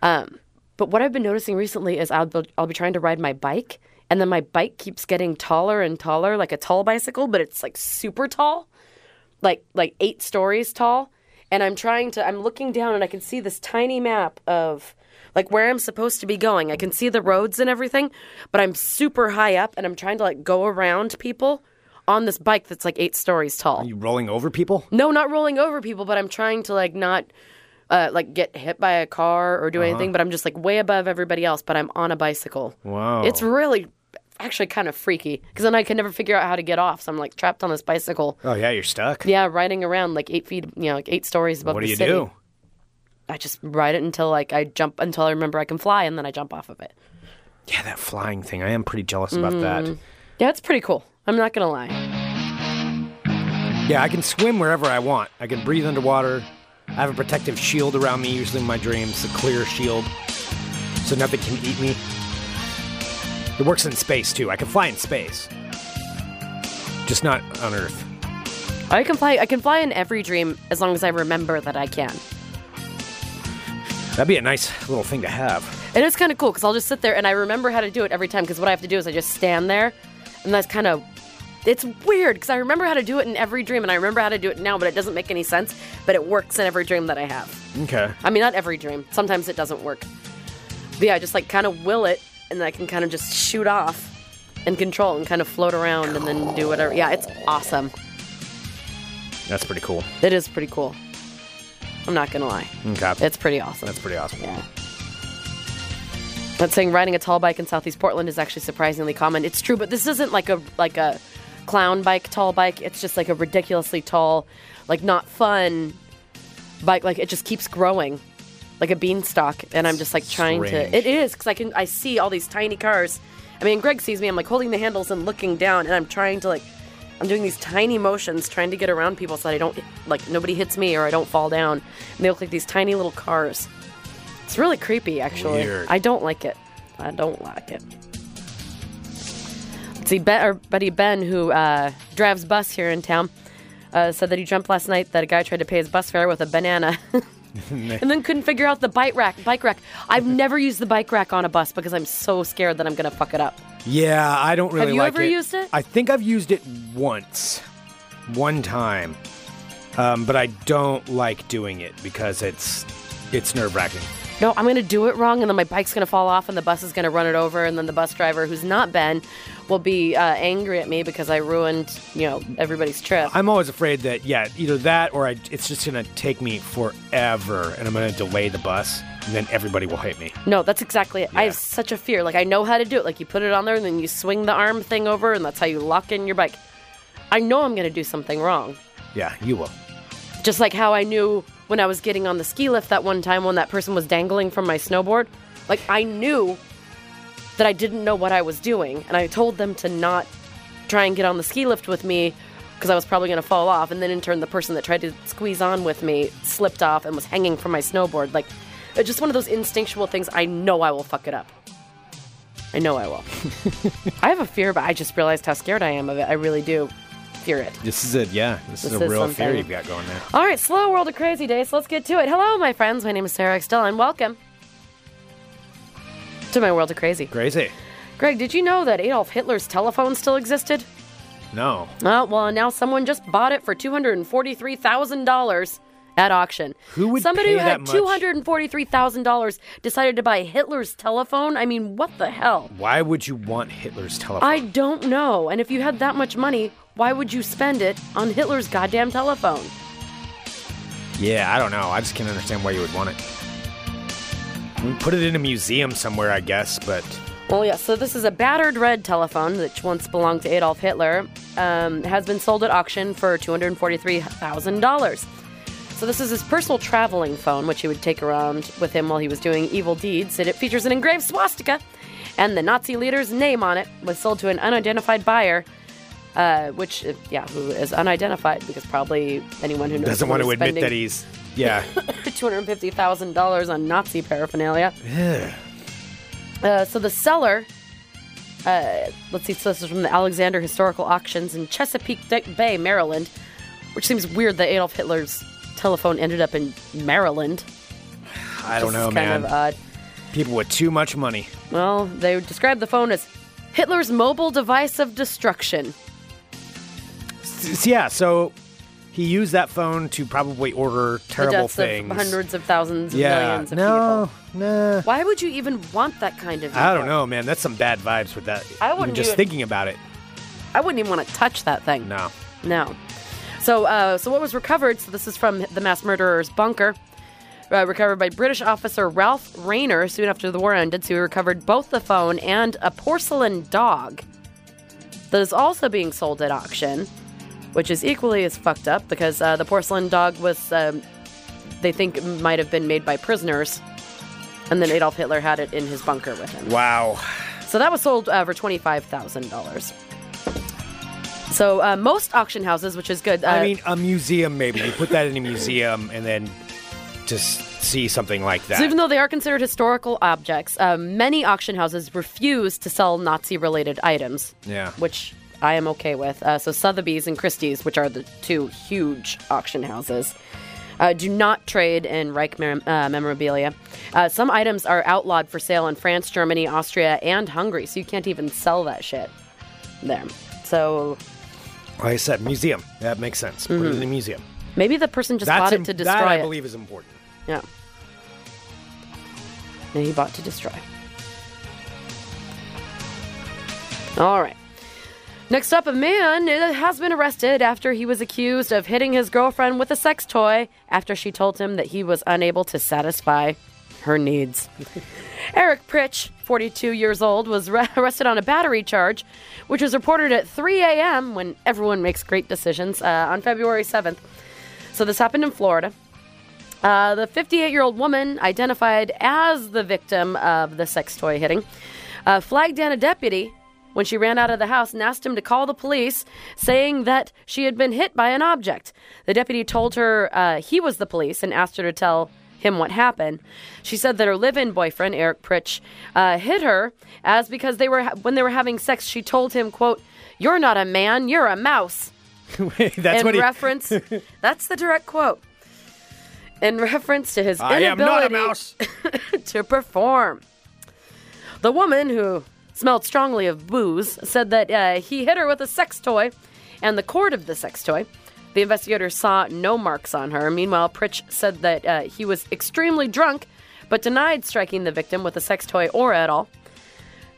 S7: Um, but what I've been noticing recently is I'll be, I'll be trying to ride my bike, and then my bike keeps getting taller and taller, like a tall bicycle, but it's like super tall, like like eight stories tall. And I'm trying to. I'm looking down, and I can see this tiny map of like where I'm supposed to be going. I can see the roads and everything, but I'm super high up, and I'm trying to like go around people on this bike that's like eight stories tall.
S6: You rolling over people?
S7: No, not rolling over people, but I'm trying to like not uh, like get hit by a car or do
S6: Uh-huh.
S7: anything. But I'm just like way above everybody else. But I'm on a bicycle.
S6: Wow.
S7: it's really actually kind of freaky because then I can never figure out how to get off. So I'm like trapped on this bicycle.
S6: Oh yeah, you're stuck.
S7: Yeah, riding around like eight feet, you know, like eight stories above
S6: What do
S7: the
S6: you
S7: city.
S6: do?
S7: I just ride it until like I jump until I remember I can fly, and then I jump off of it.
S6: Yeah, that flying thing. I am pretty jealous about
S7: Mm-hmm.
S6: that.
S7: Yeah, it's pretty cool. I'm not gonna lie.
S6: Yeah, I can swim wherever I want. I can breathe underwater. I have a protective shield around me, usually in my dreams, a clear shield, so nothing can eat me. It works in space too. I can fly in space, just not on Earth.
S7: I can fly. I can fly in every dream as long as I remember that I can.
S6: That'd be a nice little thing to have.
S7: And it's kind of cool because I'll just sit there and I remember how to do it every time because what I have to do is I just stand there. And that's kind of. It's weird because I remember how to do it in every dream and I remember how to do it now, but it doesn't make any sense. But it works in every dream that I have.
S6: Okay.
S7: I mean, not every dream. Sometimes it doesn't work. But yeah, I just like kind of will it and then I can kind of just shoot off and control and kind of float around and then do whatever. Yeah, it's awesome.
S6: That's pretty cool.
S7: It is pretty cool. I'm not going to lie.
S6: Okay.
S7: It's pretty awesome.
S6: That's pretty awesome.
S7: Yeah. But saying riding a tall bike in Southeast Portland is actually surprisingly common. It's true, but this isn't like a like a clown bike, tall bike. It's just like a ridiculously tall, like not fun bike. Like it just keeps growing, like a beanstalk. And I'm just like trying
S6: Strange.
S7: to. It is because I can I see all these tiny cars. I mean, Greg sees me. I'm like holding the handles and looking down, and I'm trying to like. I'm doing these tiny motions trying to get around people so that I don't, like, nobody hits me or I don't fall down. And they look like these tiny little cars. It's really creepy, actually.
S6: Weird.
S7: I don't like it. I don't like it. Let's see, ben, our buddy Ben, who uh, drives bus here in town, uh, said that he dreamt last night that a guy tried to pay his bus fare with a banana, and then couldn't figure out the bike rack. Bike rack. I've never used the bike rack on a bus because I'm so scared that I'm gonna fuck it up.
S6: Yeah, I don't really
S7: Have you
S6: like
S7: ever
S6: it.
S7: used it?
S6: I think I've used it once, one time, um, but I don't like doing it because it's it's nerve wracking.
S7: No, I'm gonna do it wrong, and then my bike's gonna fall off, and the bus is gonna run it over, and then the bus driver, who's not Ben, will be uh, angry at me because I ruined, you know, everybody's trip.
S6: I'm always afraid that yeah, either that or I, it's just gonna take me forever, and I'm gonna delay the bus, and then everybody will hate me.
S7: No, that's exactly it. I have such a fear. Like I know how to do it. Like you put it on there and then you swing the arm thing over and that's how you lock in your bike. I know I'm going to do something wrong.
S6: Yeah, you will.
S7: Just like how I knew when I was getting on the ski lift that one time when that person was dangling from my snowboard. Like I knew that I didn't know what I was doing and I told them to not try and get on the ski lift with me because I was probably going to fall off and then in turn the person that tried to squeeze on with me slipped off and was hanging from my snowboard. Like it's just one of those instinctual things I know I will fuck it up. I know I will. I have a fear, but I just realized how scared I am of it. I really do fear it.
S6: This is it. Yeah, this, is
S7: This
S6: a
S7: is
S6: real fear
S7: something.
S6: you've got going there.
S7: All right, slow world of crazy days. Let's get to it. Hello, my friends. My name is Sarah X. Dillon. Welcome to my world of crazy.
S6: Crazy.
S7: Greg, did you know that Adolf Hitler's telephone still existed?
S6: No.
S7: Oh, well, now someone just bought it for $243,000 at auction.
S6: Who would
S7: Somebody
S6: pay
S7: who had
S6: that much?
S7: $243,000 decided to buy Hitler's telephone? I mean, what the hell?
S6: Why would you want Hitler's telephone?
S7: I don't know. And if you had that much money, why would you spend it on Hitler's goddamn telephone?
S6: Yeah, I don't know. I just can't understand why you would want it. We put it in a museum somewhere, I guess, but
S7: Well, Oh, yeah, so this is a battered red telephone that once belonged to Adolf Hitler, um, has been sold at auction for $243,000. So this is his personal traveling phone, which he would take around with him while he was doing evil deeds, and it features an engraved swastika and the Nazi leader's name on it was sold to an unidentified buyer. Uh, which, uh, yeah, who is unidentified because probably anyone who knows
S6: doesn't want to admit that
S7: he.
S6: he's. Yeah.
S7: $250,000 on Nazi paraphernalia. Uh, so the seller, uh, let's see, so this is from the Alexander Historical Auctions in Chesapeake Bay, Maryland, which seems weird that Adolf Hitler's telephone ended up in Maryland.
S6: I don't
S7: This is
S6: know,
S7: kind
S6: man.
S7: of uh, odd.
S6: People with too much money.
S7: Well, they described the phone as Hitler's mobile device of destruction.
S6: S- yeah, so he used that phone to probably order
S7: The
S6: terrible
S7: deaths
S6: things.
S7: of hundreds of thousands, of
S6: yeah,
S7: millions of
S6: no,
S7: people.
S6: nah.
S7: Why would you even want that kind of?
S6: I
S7: evil?
S6: don't know, man. That's some bad vibes with that.
S7: I
S6: Even
S7: wouldn't
S6: just
S7: do it.
S6: thinking about it.
S7: I wouldn't even want to touch that thing.
S6: No.
S7: No. So, uh, so what was recovered? So this is from the mass murderer's bunker, uh, recovered by British officer Ralph Rayner soon after the war ended. So he recovered both the phone and a porcelain dog that is also being sold at auction, which is equally as fucked up because uh, the porcelain dog was, um, they think, might have been made by prisoners, and then Adolf Hitler had it in his bunker with him.
S6: Wow.
S7: So that was sold uh, for twenty five thousand dollars. So uh, most auction houses, which is good. Uh,
S6: I mean, a museum maybe. You put that in a museum and then just see something like that.
S7: so even though they are considered historical objects, uh, many auction houses refuse to sell Nazi related items.
S6: Yeah.
S7: which I am okay with. Uh, so Sotheby's and Christie's, which are the two huge auction houses. Uh, do not trade in Reich mem- uh, memorabilia. Uh, some items are outlawed for sale in France, Germany, Austria, and Hungary, so you can't even sell that shit there. So
S6: like I said, museum. That makes sense. Put it in a museum.
S7: Maybe the person just bought
S6: im-
S7: Mm-hmm. it to destroy
S6: that I
S7: it.
S6: believe is important.
S7: Yeah. No, he bought to destroy. All right. Next up, a man uh, has been arrested after he was accused of hitting his girlfriend with a sex toy after she told him that he was unable to satisfy her needs. Eric Pritch, 42 years old, was re- arrested on a battery charge, which was reported at 3 a.m. when everyone makes great decisions uh, on February 7th. So this happened in Florida. Uh, the 58 year old woman, identified as the victim of the sex toy hitting, uh, flagged down a deputy when she ran out of the house and asked him to call the police, saying that she had been hit by an object. The deputy told her uh, he was the police and asked her to tell him what happened. She said that her live-in boyfriend Eric Pritch uh, hit her as because they were when they were having sex. She told him, "quote You're not a man, you're a mouse."
S6: That's
S7: in
S6: what he.
S7: reference that's the direct quote in reference to his
S6: I am
S7: inability
S6: not a mouse.
S7: to perform the woman who smelled strongly of booze said that uh, he hit her with a sex toy and the cord of the sex toy the investigator saw no marks on her meanwhile pritch said that uh, he was extremely drunk but denied striking the victim with a sex toy or at all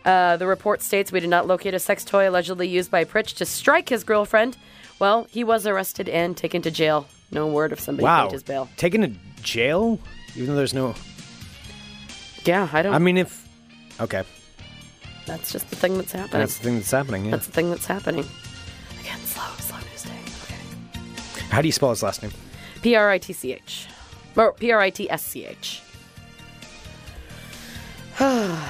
S7: uh, the report states we did not locate a sex toy allegedly used by Pritch to strike his girlfriend. Well, he was arrested and taken to jail. No word if somebody
S6: Wow.
S7: paid his bail.
S6: Taken to jail, even though there's no.
S7: Yeah, I don't.
S6: I mean, if. Okay,
S7: that's just the thing that's happening.
S6: that's the thing that's happening. Yeah.
S7: That's the thing that's happening. Again, slow, slow news day. Okay.
S6: How do you spell his last name?
S7: P R I T C H, or P R I T S C H.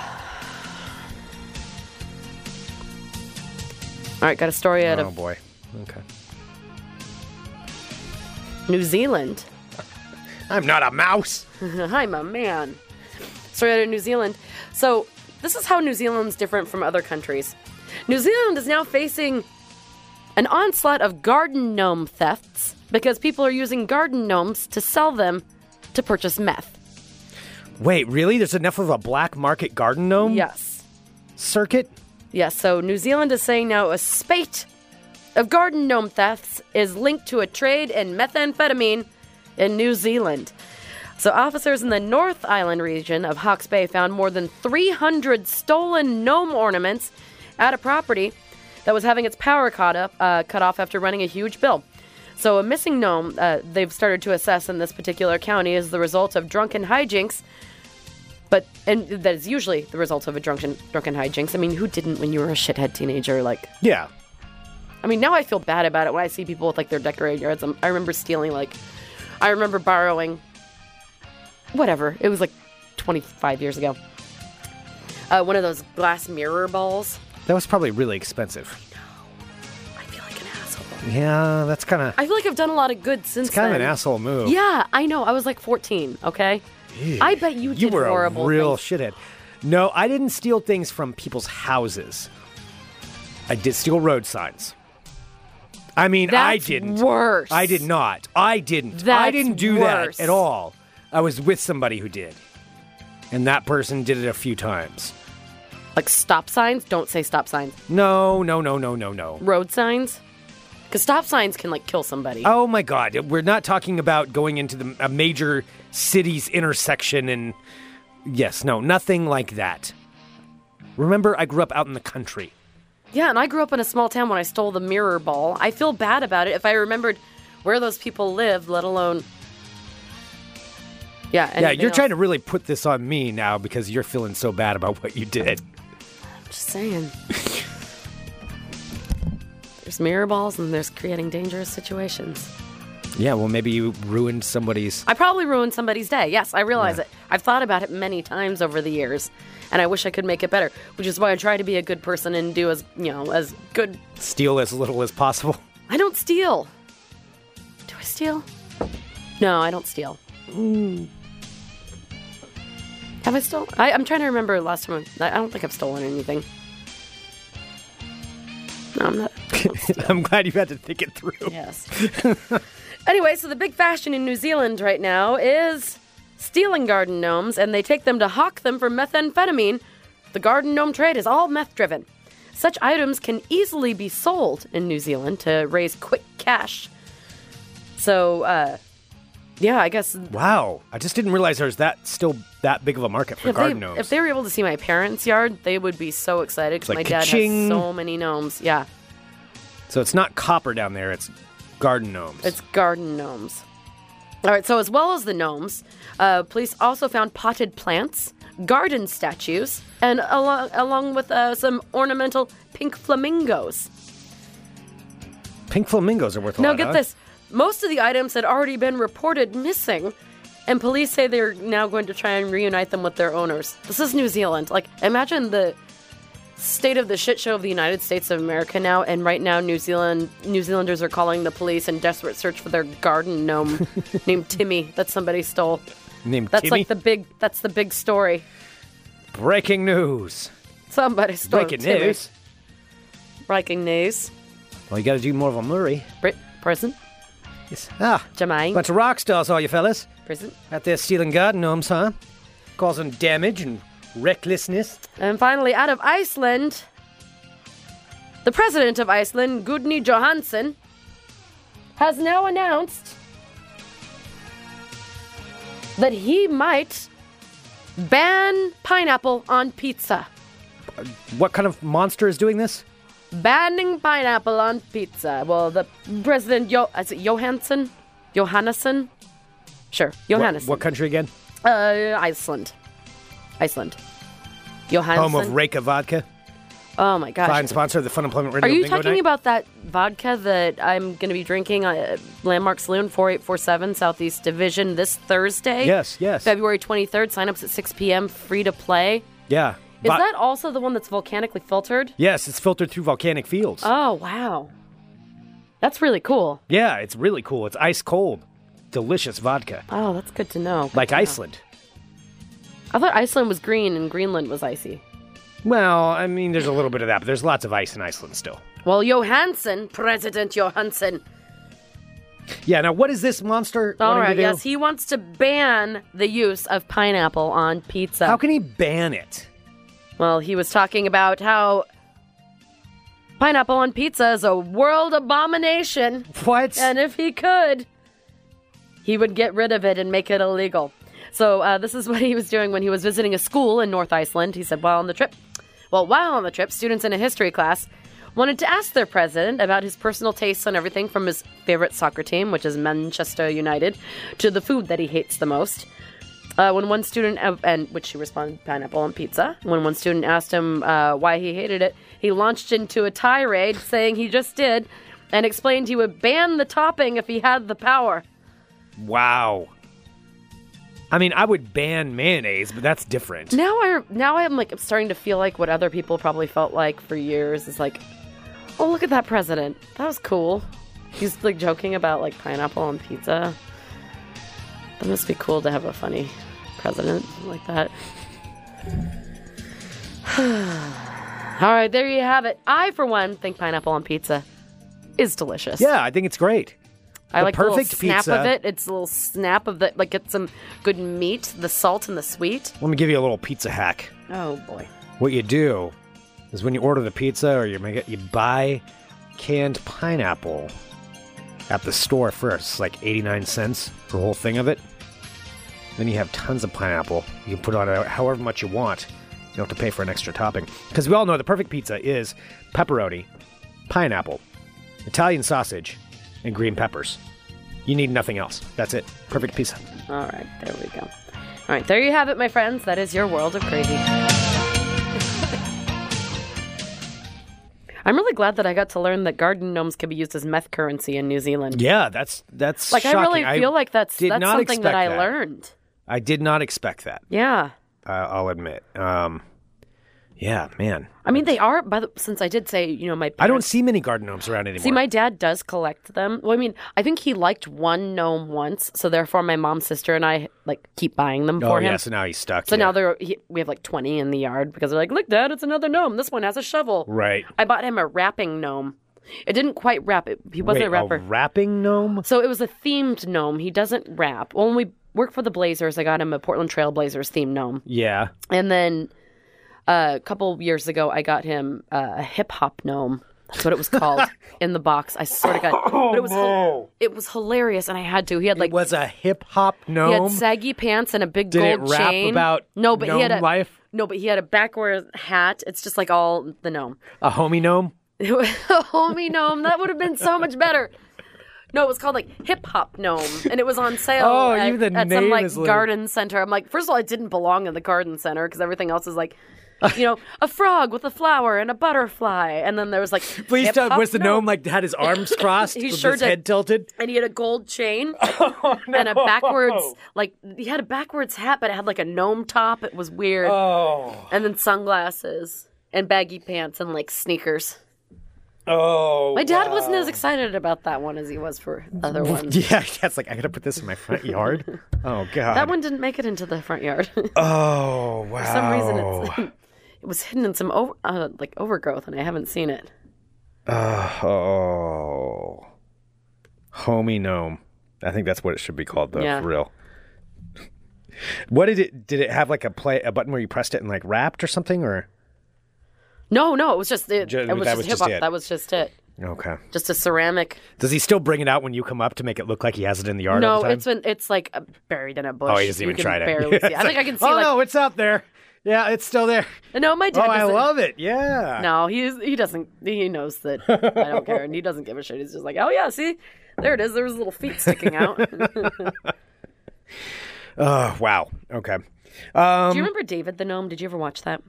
S7: All right, got a story out
S6: Oh
S7: of
S6: boy. Okay.
S7: New Zealand.
S6: I'm not a mouse.
S7: I'm a man. Story out of New Zealand. So, this is how New Zealand's different from other countries. New Zealand is now facing an onslaught of garden gnome thefts because people are using garden gnomes to sell them to purchase meth.
S6: Wait, really? There's enough of a black market garden gnome
S7: Yes.
S6: circuit?
S7: Yes, so New Zealand is saying now a spate of garden gnome thefts is linked to a trade in methamphetamine in New Zealand. So, officers in the North Island region of Hawke's Bay found more than 300 stolen gnome ornaments at a property that was having its power caught up, uh, cut off after running a huge bill. So, a missing gnome uh, they've started to assess in this particular county is the result of drunken hijinks but and that is usually the result of a drunken drunken hijinks. I mean, who didn't when you were a shithead teenager? Like,
S6: Yeah.
S7: I mean, now I feel bad about it when I see people with like their decorated yards. Um, i I remember stealing like, I remember borrowing, whatever. It was like 25 years ago. Uh, one of those glass mirror balls.
S6: That was probably really expensive.
S7: I feel like an asshole.
S6: Yeah, that's kind of
S7: I feel like I've done a lot of good since.
S6: kind of an
S7: then.
S6: asshole move.
S7: Yeah, I know. I was like 14. Okay. I bet you did
S6: you were
S7: horrible
S6: a real
S7: things.
S6: shithead. No, I didn't steal things from people's houses. I did steal road signs. I mean, I
S7: That's
S6: didn't.
S7: worse.
S6: I did not. I didn't. I
S7: That's
S6: didn't do
S7: worse.
S6: that at all. I was with somebody who did. And that person did it a few times.
S7: Like stop signs, don't say stop signs.
S6: No, no, no, no, no, no.
S7: Road signs, because stop signs can like kill somebody.
S6: Oh my God! We're not talking about going into the, a major city's intersection and yes, no, nothing like that. Remember, I grew up out in the country.
S7: Yeah, and I grew up in a small town when I stole the mirror ball. I feel bad about it if I remembered where those people lived, let alone. Yeah,
S6: yeah, you're trying to really put this on me now because you're feeling so bad about what you did.
S7: Just saying. there's mirror balls and there's creating dangerous situations.
S6: Yeah, well, maybe you ruined somebody's.
S7: I probably ruined somebody's day. Yes, I realize it. I've thought about it many times over the years, and I wish I could make it better, which is why I try to be a good person and do as, you know, as good.
S6: steal as little as possible.
S7: I don't steal. Do I steal? No, I don't steal. Mm. Have I stolen? I, I'm trying to remember last time. I, I don't think I've stolen anything. No, I'm not.
S6: I'm glad you had to think it through.
S7: Yes. anyway, so the big fashion in New Zealand right now is stealing garden gnomes, and they take them to hawk them for methamphetamine. The garden gnome trade is all meth driven. Such items can easily be sold in New Zealand to raise quick cash. So, uh, yeah, I guess
S6: Wow, I just didn't realize there's that still that big of a market for
S7: if
S6: garden
S7: they,
S6: gnomes.
S7: if they were able to see my parents' yard, they would be so excited because
S6: like
S7: my dad
S6: ka-ching.
S7: has so many gnomes. Yeah,
S6: so it's not copper down there; it's garden gnomes.
S7: It's garden gnomes. All right, so as well as the gnomes, uh, police also found potted plants, garden statues, and along, along with uh, some ornamental pink flamingos.
S6: pink flamingos are worth a
S7: now,
S6: lot.
S7: get
S6: huh?
S7: this most of the items had already been reported missing, and police say they're now going to try and reunite them with their owners. This is New Zealand. Like, imagine the state of the shit show of the United States of America now, and right now, New Zealand New Zealanders are calling the police in desperate search for their garden gnome named Timmy that somebody stole.
S6: Named
S7: That's
S6: Timmy.
S7: like the big. That's the big story.
S6: breaking news.
S7: Somebody stole
S6: Breaking
S7: Timmy.
S6: news.
S7: Breaking news.
S6: Well, you got to do more of a Murray.
S7: Brit prison.
S6: Yes. Ah,
S7: Jermaine.
S6: bunch of rock stars, all you fellas,
S7: Prison.
S6: out there stealing garden gnomes, huh? Causing damage and recklessness.
S7: And finally, out of Iceland, the president of Iceland, Gudni Johansson, has now announced that he might ban pineapple on pizza.
S6: What kind of monster is doing this?
S7: Banning pineapple on pizza. Well, the president, jo- is it Johansson? Johannesson? Sure,
S6: What-
S7: Johannesson.
S6: What, country again?
S7: uh, Iceland. Iceland. Johansson.
S6: Home of Reka Vodka.
S7: oh my gosh.
S6: Fine sponsor of the Fun Employment Radio
S7: Are you
S6: Bingo
S7: talking
S6: Night.
S7: about that vodka that I'm going to be drinking at Landmark Saloon, 4847 Southeast Division, this Thursday?
S6: Yes, yes.
S7: February 23rd. Signups at 6 p.m. Free to play. Is
S6: Yeah. Vo-
S7: that also the one that's volcanically filtered?
S6: Yes, it's filtered through volcanic fields.
S7: Oh, wow. That's really cool.
S6: yeah, it's really cool. It's ice cold. Delicious vodka.
S7: Oh, that's good to know.
S6: Like Iceland.
S7: I thought Iceland was green and Greenland was icy.
S6: Well, I mean, there's a little bit of that, but there's lots of ice in Iceland still.
S7: Well, Johansson, President Johansson.
S6: Yeah, now what is this monster?
S7: All
S6: wanting to
S7: right,
S6: do?
S7: yes, he wants to ban the use of pineapple on pizza.
S6: How can he ban it?
S7: Well, he was talking about how pineapple on pizza is a world abomination,
S6: What?
S7: and if he could, he would get rid of it and make it illegal. So uh, this is what he was doing when he was visiting a school in North Iceland. He said, while on the trip, well, while on the trip, students in a history class wanted to ask their president about his personal tastes on everything from his favorite soccer team, which is Manchester United, to the food that he hates the most. Uh, when one student uh, and which he responded pineapple on pizza. When one student asked him uh, why he hated it, he launched into a tirade saying he just did, and explained he would ban the topping if he had the power.
S6: wow. I mean, I would ban mayonnaise, but that's different.
S7: Now I now I'm like starting to feel like what other people probably felt like for years is like, oh look at that president, that was cool. He's like joking about like pineapple on pizza. That must be cool to have a funny president like that. All right, there you have it. I for one think pineapple on pizza is delicious.
S6: Yeah, I think it's great.
S7: I
S6: the
S7: like the little
S6: perfect
S7: snap
S6: pizza-
S7: of it. It's a little snap of the like get some good meat, the salt and the sweet.
S6: Let me give you a little pizza hack.
S7: Oh boy.
S6: What you do is when you order the pizza or you make it, you buy canned pineapple at the store first. It's like 89 cents for a whole thing of it. Then you have tons of pineapple. You can put on it however much you want. You don't have to pay for an extra topping. Because we all know the perfect pizza is pepperoni, pineapple, Italian sausage, and green peppers. You need nothing else. That's it. Perfect pizza.
S7: All right, there we go. All right, there you have it, my friends. That is your world of crazy. I'm really glad that I got to learn that garden gnomes can be used as meth currency in New Zealand.
S6: Yeah, that's that's
S7: like
S6: shocking.
S7: I really feel like that's
S6: did
S7: that's
S6: not
S7: something that
S6: expect
S7: I learned.
S6: I did not expect that.
S7: Yeah.
S6: I I'll admit. Um, yeah, man.
S7: I mean, they are. By the, since I did say, you know, my parents,
S6: I don't see many garden gnomes around anymore.
S7: See, my dad does collect them. Well, I mean, I think he liked one gnome once, so therefore my mom, sister, and I like keep buying them
S6: oh
S7: for
S6: yeah,
S7: him.
S6: so now he's stuck.
S7: So
S6: yeah.
S7: now they're he, we have like twenty in the yard because they're like, look, dad, it's another gnome. This one has a shovel.
S6: right.
S7: I bought him a wrapping gnome. It didn't quite wrap. It, he wasn't
S6: Wait,
S7: a wrapper.
S6: rapping gnome.
S7: So it was a themed gnome. He doesn't wrap. Well, when we worked for the Blazers, I got him a Portland Trail Blazers themed gnome.
S6: Yeah.
S7: And then uh, a couple years ago, I got him uh, a hip hop gnome. That's what it was called in the box. I swear to God, but it was
S6: Oh, no.
S7: it was hilarious, and I had to. He had like
S6: it was a hip hop
S7: he had
S6: gnome.
S7: saggy pants and a big
S6: Did it
S7: gold
S6: rap
S7: chain.
S6: about
S7: no, but he had
S6: gnome
S7: a
S6: life?
S7: no, but he had a backwards hat. It's just like all the gnome.
S6: a homie gnome.
S7: Homie gnome, that would have been so much better. No, it was called like hip hop gnome, and it was on sale
S6: Oh,
S7: at,
S6: even the
S7: at some
S6: name
S7: like
S6: is little-
S7: garden center. I'm like, first of all, it didn't belong in the garden center because everything else is like, you know, a frog with a flower and a butterfly, and then there was like,
S6: Please
S7: hip
S6: tell.
S7: hop
S6: Was the gnome like had his arms crossed?
S7: He
S6: with
S7: sure
S6: his
S7: did.
S6: head tilted.
S7: and he had a gold chain
S6: Oh,
S7: and a backwards like he had a backwards hat, but it had like a gnome top. It was weird,
S6: Oh,
S7: and then sunglasses and baggy pants and like sneakers.
S6: oh.
S7: My dad wasn't as excited about that one as he was for other ones.
S6: Yeah, that's like I gotta put this in my front yard. oh god.
S7: That one didn't make it into the front yard. For
S6: Oh wow. For
S7: some reason, it's, it was hidden in some over, uh, like overgrowth, and I haven't seen it.
S6: Oh. Homie gnome. I think that's what it should be called though,
S7: Yeah.
S6: for real. What did it did it have like a play a button where you pressed it and like wrapped or something or
S7: No, no, it was just it,
S6: Ju-
S7: it was
S6: that
S7: just
S6: was
S7: hip
S6: just
S7: hop.
S6: it.
S7: That was just it.
S6: Okay.
S7: Just a ceramic.
S6: Does he still bring it out when you come up to make it look like he has it in the yard all
S7: no,
S6: the time?
S7: it's been it's like uh, buried in a bush.
S6: oh, he doesn't
S7: You
S6: even
S7: can
S6: try to.
S7: Barely see.
S6: It's
S7: I think I
S6: like,
S7: can see.
S6: Oh
S7: like,
S6: no, it's out there. Yeah, it's still there.
S7: no, my
S6: Oh,
S7: dad.
S6: I
S7: doesn't-
S6: love it. Yeah.
S7: No, he's he doesn't. He knows that I don't care, and he doesn't give a shit. He's just like, oh yeah, see, there it is. There was little feet sticking out. Do
S6: Oh, wow. Okay.
S7: you remember David the gnome? Did you ever watch that?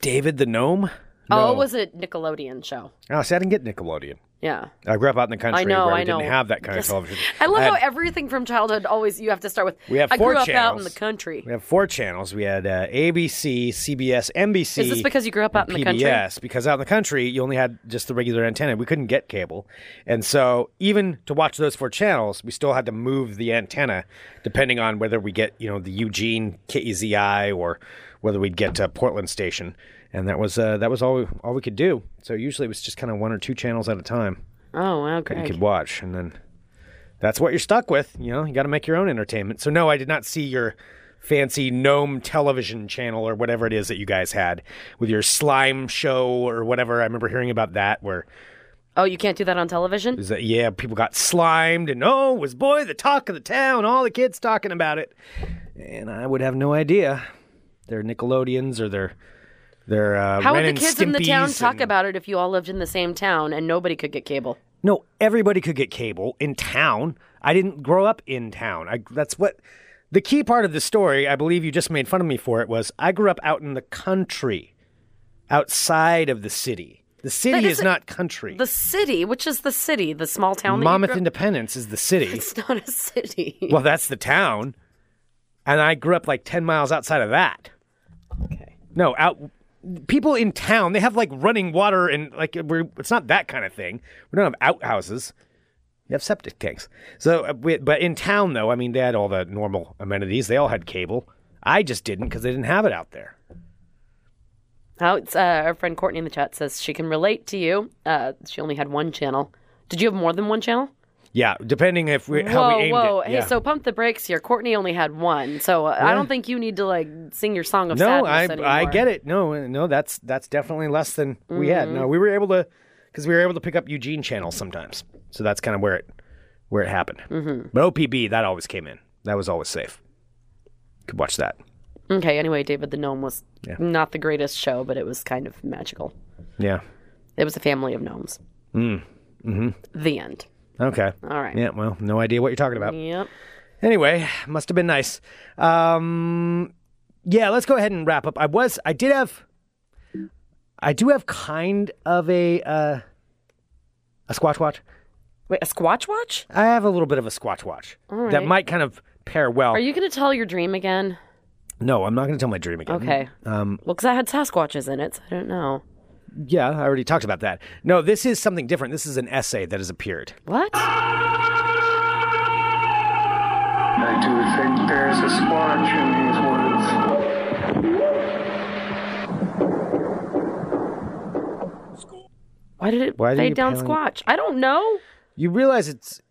S6: David the gnome?
S7: Oh, it was a Nickelodeon show.
S6: Oh, see, I didn't get Nickelodeon.
S7: Yeah.
S6: I grew up out in the country
S7: I know,
S6: where we
S7: I know.
S6: didn't have that kind
S7: Yes.
S6: of television.
S7: I love
S6: I
S7: how
S6: had-
S7: everything from childhood always you have to start with.
S6: We have
S7: I
S6: four
S7: grew up out in
S6: channels.
S7: the country.
S6: We have four channels. We had uh, ABC, CBS, NBC.
S7: Is this because you grew up out in
S6: and
S7: the
S6: PBS,
S7: country?
S6: because out in the country you only had just the regular antenna. We couldn't get cable, and so even to watch those four channels, we still had to move the antenna depending on whether we get you know the Eugene KEZI or whether we'd get to Portland station, and that was uh, that was all we, all we could do. So usually it was just kind of one or two channels at a time
S7: Oh wow,
S6: you could
S7: Greg.
S6: watch and then that's what you're stuck with you know you got to make your own entertainment so no i did not see your fancy gnome television channel or whatever it is that you guys had with your slime show or whatever i remember hearing about that where
S7: Oh, you can't do that on television.
S6: is that yeah people got slimed and oh was boy the talk of the town all the kids talking about it and i would have no idea their nickelodeons or their their uh,
S7: How
S6: Ren
S7: would the
S6: and
S7: kids in the town
S6: Stimpy's
S7: talk
S6: and-
S7: about it if you all lived in the same town and nobody could get cable?
S6: No, everybody could get cable in town. I didn't grow up in town. I, that's what the key part of the story. I believe you just made fun of me for it. Was I grew up out in the country, outside of the city. The city is
S7: isn't-
S6: not country.
S7: The city, which is the city, the small town. that you
S6: Monmouth
S7: grew-
S6: Independence is the city.
S7: It's not a city.
S6: well, that's the town, and I grew up like ten miles outside of that.
S7: Okay.
S6: No, out people in town they have like running water and like we're it's not that kind of thing. We don't have outhouses. We have septic tanks. So, uh, we, but in town though, I mean, they had all the normal amenities. They all had cable. I just didn't because they didn't have it out there.
S7: How it's, uh, our friend Courtney in the chat says she can relate to you. Uh, she only had one channel. Did you have more than one channel?
S6: Yeah, depending if we,
S7: Whoa,
S6: how we aimed
S7: whoa!
S6: it.
S7: Hey,
S6: yeah.
S7: so pump the brakes here. Courtney only had one, so uh, I don't think you need to like sing your song of
S6: no,
S7: sadness
S6: I
S7: anymore.
S6: I get it. No, no, that's that's definitely less than we had. No, we were able to because we were able to pick up Eugene channels sometimes. So that's kind of where it where it happened. But OPB that always came in. That was always safe. Could watch that.
S7: Okay, anyway, David the Gnome was not the greatest show, but it was kind of magical.
S6: Yeah.
S7: It was a family of gnomes. Mm. Mm-hmm. The end.
S6: Okay.
S7: All right.
S6: Hmm, Yeah. Well, no idea what you're talking about.
S7: Yep.
S6: Anyway, must have been nice. Um, yeah, let's go ahead and wrap up. I was, I did have, I do have kind of a uh, a squatch watch.
S7: Wait, a Squatch Watch?
S6: I have a little bit of a squatch watch that might kind of pair well.
S7: Are you going to tell your dream again?
S6: no, I'm not going to tell my dream again.
S7: Okay. Um, well, because I had Sasquatches in it, so I don't know. Oh.
S6: Yeah, I already talked about that. No, this is something different. This is an essay that has appeared.
S7: What?
S3: I do think there's a squatch in these woods.
S7: Why did it
S6: Why do you
S7: fade down
S6: pound-
S7: Squatch? I don't know.
S6: You realize it's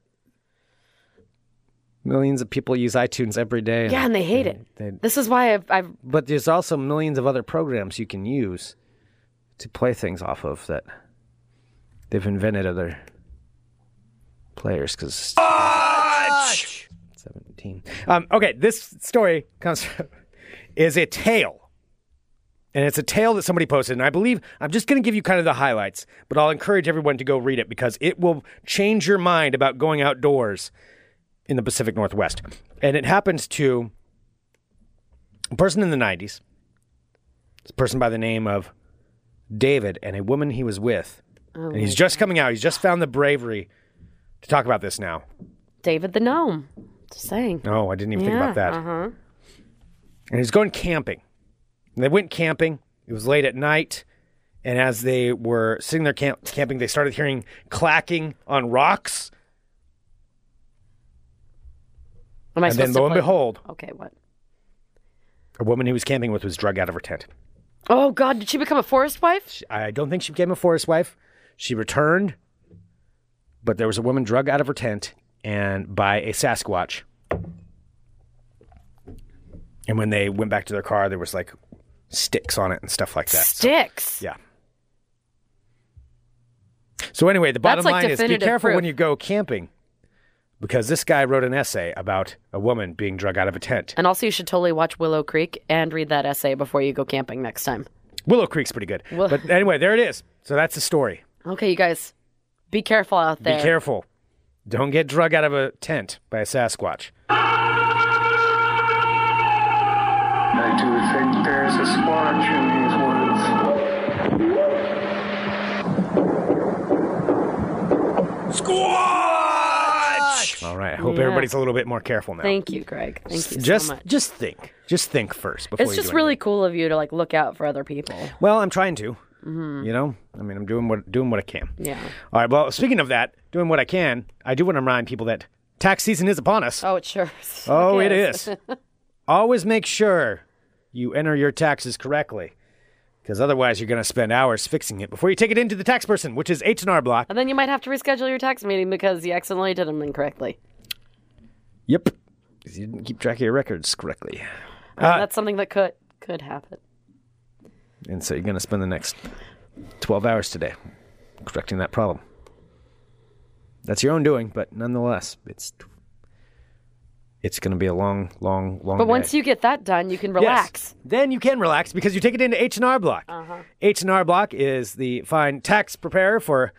S6: millions of people use iTunes every day.
S7: Yeah, and they hate it.
S6: they-
S7: This is why I've, I've
S6: but there's also millions of other programs you can use to play things off of that they've invented other players because 17 um, okay this story comes is a tale and it's a tale that somebody posted and i believe i'm just going to give you kind of the highlights but i'll encourage everyone to go read it because it will change your mind about going outdoors in the pacific northwest and it happens to a person in the 90s, It's a person by the name of David, and a woman he was with.
S7: Oh
S6: and he's just coming out. He's just found the bravery to talk about this now.
S7: David the Gnome. Just saying.
S6: Oh, I didn't even
S7: yeah.
S6: think about that.
S7: Uh-huh.
S6: And he's going camping. And they went camping. It was late at night. And as they were sitting there camp- camping, they started hearing clacking on rocks.
S7: Am I
S6: And then lo
S7: supposed to
S6: and
S7: play-
S6: behold,
S7: Okay, what?
S6: a woman he was camping with was drug out of her tent.
S7: Oh, God, did she become a forest wife?
S6: I don't think she became a forest wife. She returned, but there was a woman drug out of her tent and by a Sasquatch. And when they went back to their car, there was like sticks on it and stuff like that. So,
S7: Sticks.
S6: yeah. So anyway, the bottom
S7: That's, like,
S6: line is be
S7: definitive
S6: careful when
S7: proof.
S6: you go camping because this guy wrote an essay about a woman being drug out of a tent.
S7: And also, you should totally watch Willow Creek and read that essay before you go camping next time.
S6: Willow Creek's pretty good.
S7: Well-
S6: but anyway, there it is. So that's the story.
S7: Okay, you guys, be careful out there.
S6: Be careful. Don't get drug out of a tent by a Sasquatch.
S3: I do think there's a squatch in these woods.
S6: All right. I hope
S7: Yeah.
S6: everybody's a little bit more careful now.
S7: Thank you, Greg. Thank you
S6: just
S7: so much.
S6: just think. Just think first before
S7: It's
S6: you
S7: just
S6: do
S7: really
S6: anything.
S7: cool of you to like look out for other people.
S6: Well, I'm trying to.
S7: Mm-hmm.
S6: You know? I mean, I'm doing what doing what I can.
S7: Yeah.
S6: All right. Well, speaking of that, doing what I can, I do want to remind people that tax season is upon us.
S7: Oh, it sure. is.
S6: Oh, it is. Always make sure you enter your taxes correctly. Because otherwise, you're going to spend hours fixing it before you take it into the tax person, which is H&R Block.
S7: And then you might have to reschedule your tax meeting because you accidentally did them incorrectly.
S6: Yep. Because you didn't keep track of your records correctly.
S7: And That's something that could could happen.
S6: And so you're going to spend the next 12 hours today correcting that problem. That's your own doing, but nonetheless, it's it's going to be a long, long, long
S7: But once you get that done, you can relax. Uh-huh.
S6: Then you can relax because you take it into H&R Block. H&R Block is the fine tax preparer for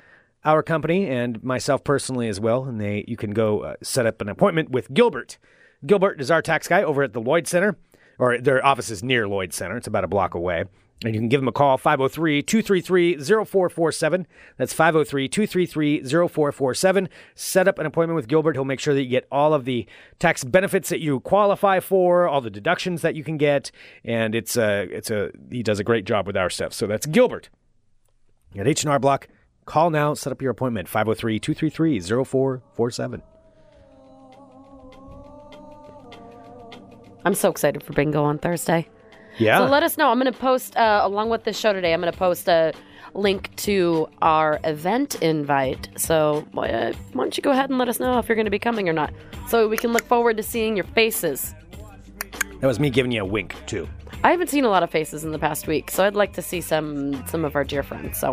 S6: our company and myself personally as well. And they you can go uh, set up an appointment with Gilbert. Gilbert is our tax guy over at the Lloyd Center, or their office is near Lloyd Center. It's about a block away. And you can give him a call, 503 233 0447. That's 503 233 0447. Set up an appointment with Gilbert. He'll make sure that you get all of the tax benefits that you qualify for, all the deductions that you can get. And it's a, it's a, he does a great job with our stuff. So that's Gilbert at H&R Block. Call now, set up your appointment, 503 233 0447.
S7: I'm so excited for bingo on Thursday.
S6: Yeah.
S7: So let us know. I'm going to post uh, along with this show today. I'm going to post a link to our event invite. So uh, why don't you go ahead and let us know if you're going to be coming or not, so we can look forward to seeing your faces.
S6: That was me giving you a wink too.
S7: I haven't seen a lot of faces in the past week, so I'd like to see some some of our dear friends. So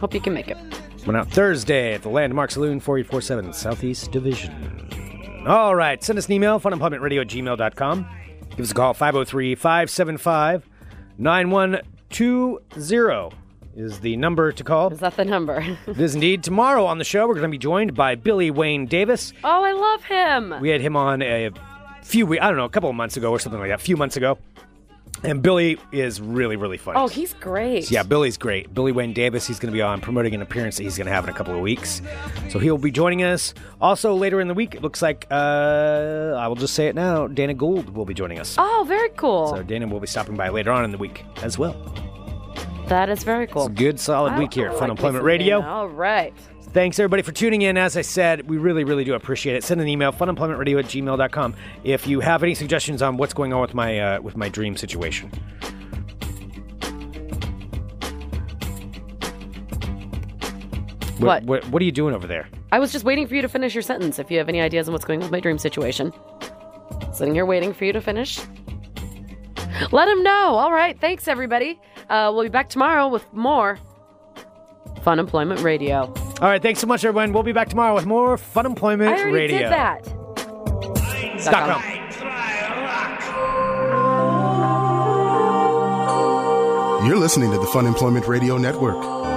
S7: hope you can make it.
S6: Went out Thursday at the Landmark Saloon, 4847 Southeast Division. All right, send us an email, funemploymentradio at gmail.com. Give us a call, 503 575 9120 is the number to call.
S7: Is that the number?
S6: It is indeed. Tomorrow on the show, we're going to be joined by Billy Wayne Davis.
S7: oh, I love him.
S6: We had him on a few, we- I don't know, a couple of months ago or something like that, a few months ago. And Billy is really, really funny.
S7: oh, he's great.
S6: Yeah, Billy's great. Billy Wayne Davis, he's going to be on promoting an appearance that he's going to have in a couple of weeks. So he'll be joining us. Also, later in the week, it looks like, uh, I will just say it now, Dana Gould will be joining us.
S7: Oh, very cool.
S6: So Dana will be stopping by later on in the week as well.
S7: that is very cool.
S6: It's a good, solid
S7: I-
S6: week here,
S7: Oh, I
S6: Fun
S7: like
S6: Employment
S7: Lisa
S6: Radio.
S7: Dana. All right.
S6: Thanks, everybody, for tuning in. As I said, we really, really do appreciate it. Send an email, funemploymentradio at gmail.com, if you have any suggestions on what's going on with my, uh, with my dream situation.
S7: What?
S6: what? What are you doing over there?
S7: I was just waiting for you to finish your sentence. If you have any ideas on what's going on with my dream situation, sitting here waiting for you to finish. Let him know. All right. Thanks, everybody. Uh, we'll be back tomorrow with more Fun Employment Radio.
S6: All right, thanks so much, everyone. We'll be back tomorrow with more Fun Employment
S7: I already
S6: Radio.
S7: did that.
S6: Dot com.
S1: You're listening to the Fun Employment Radio Network.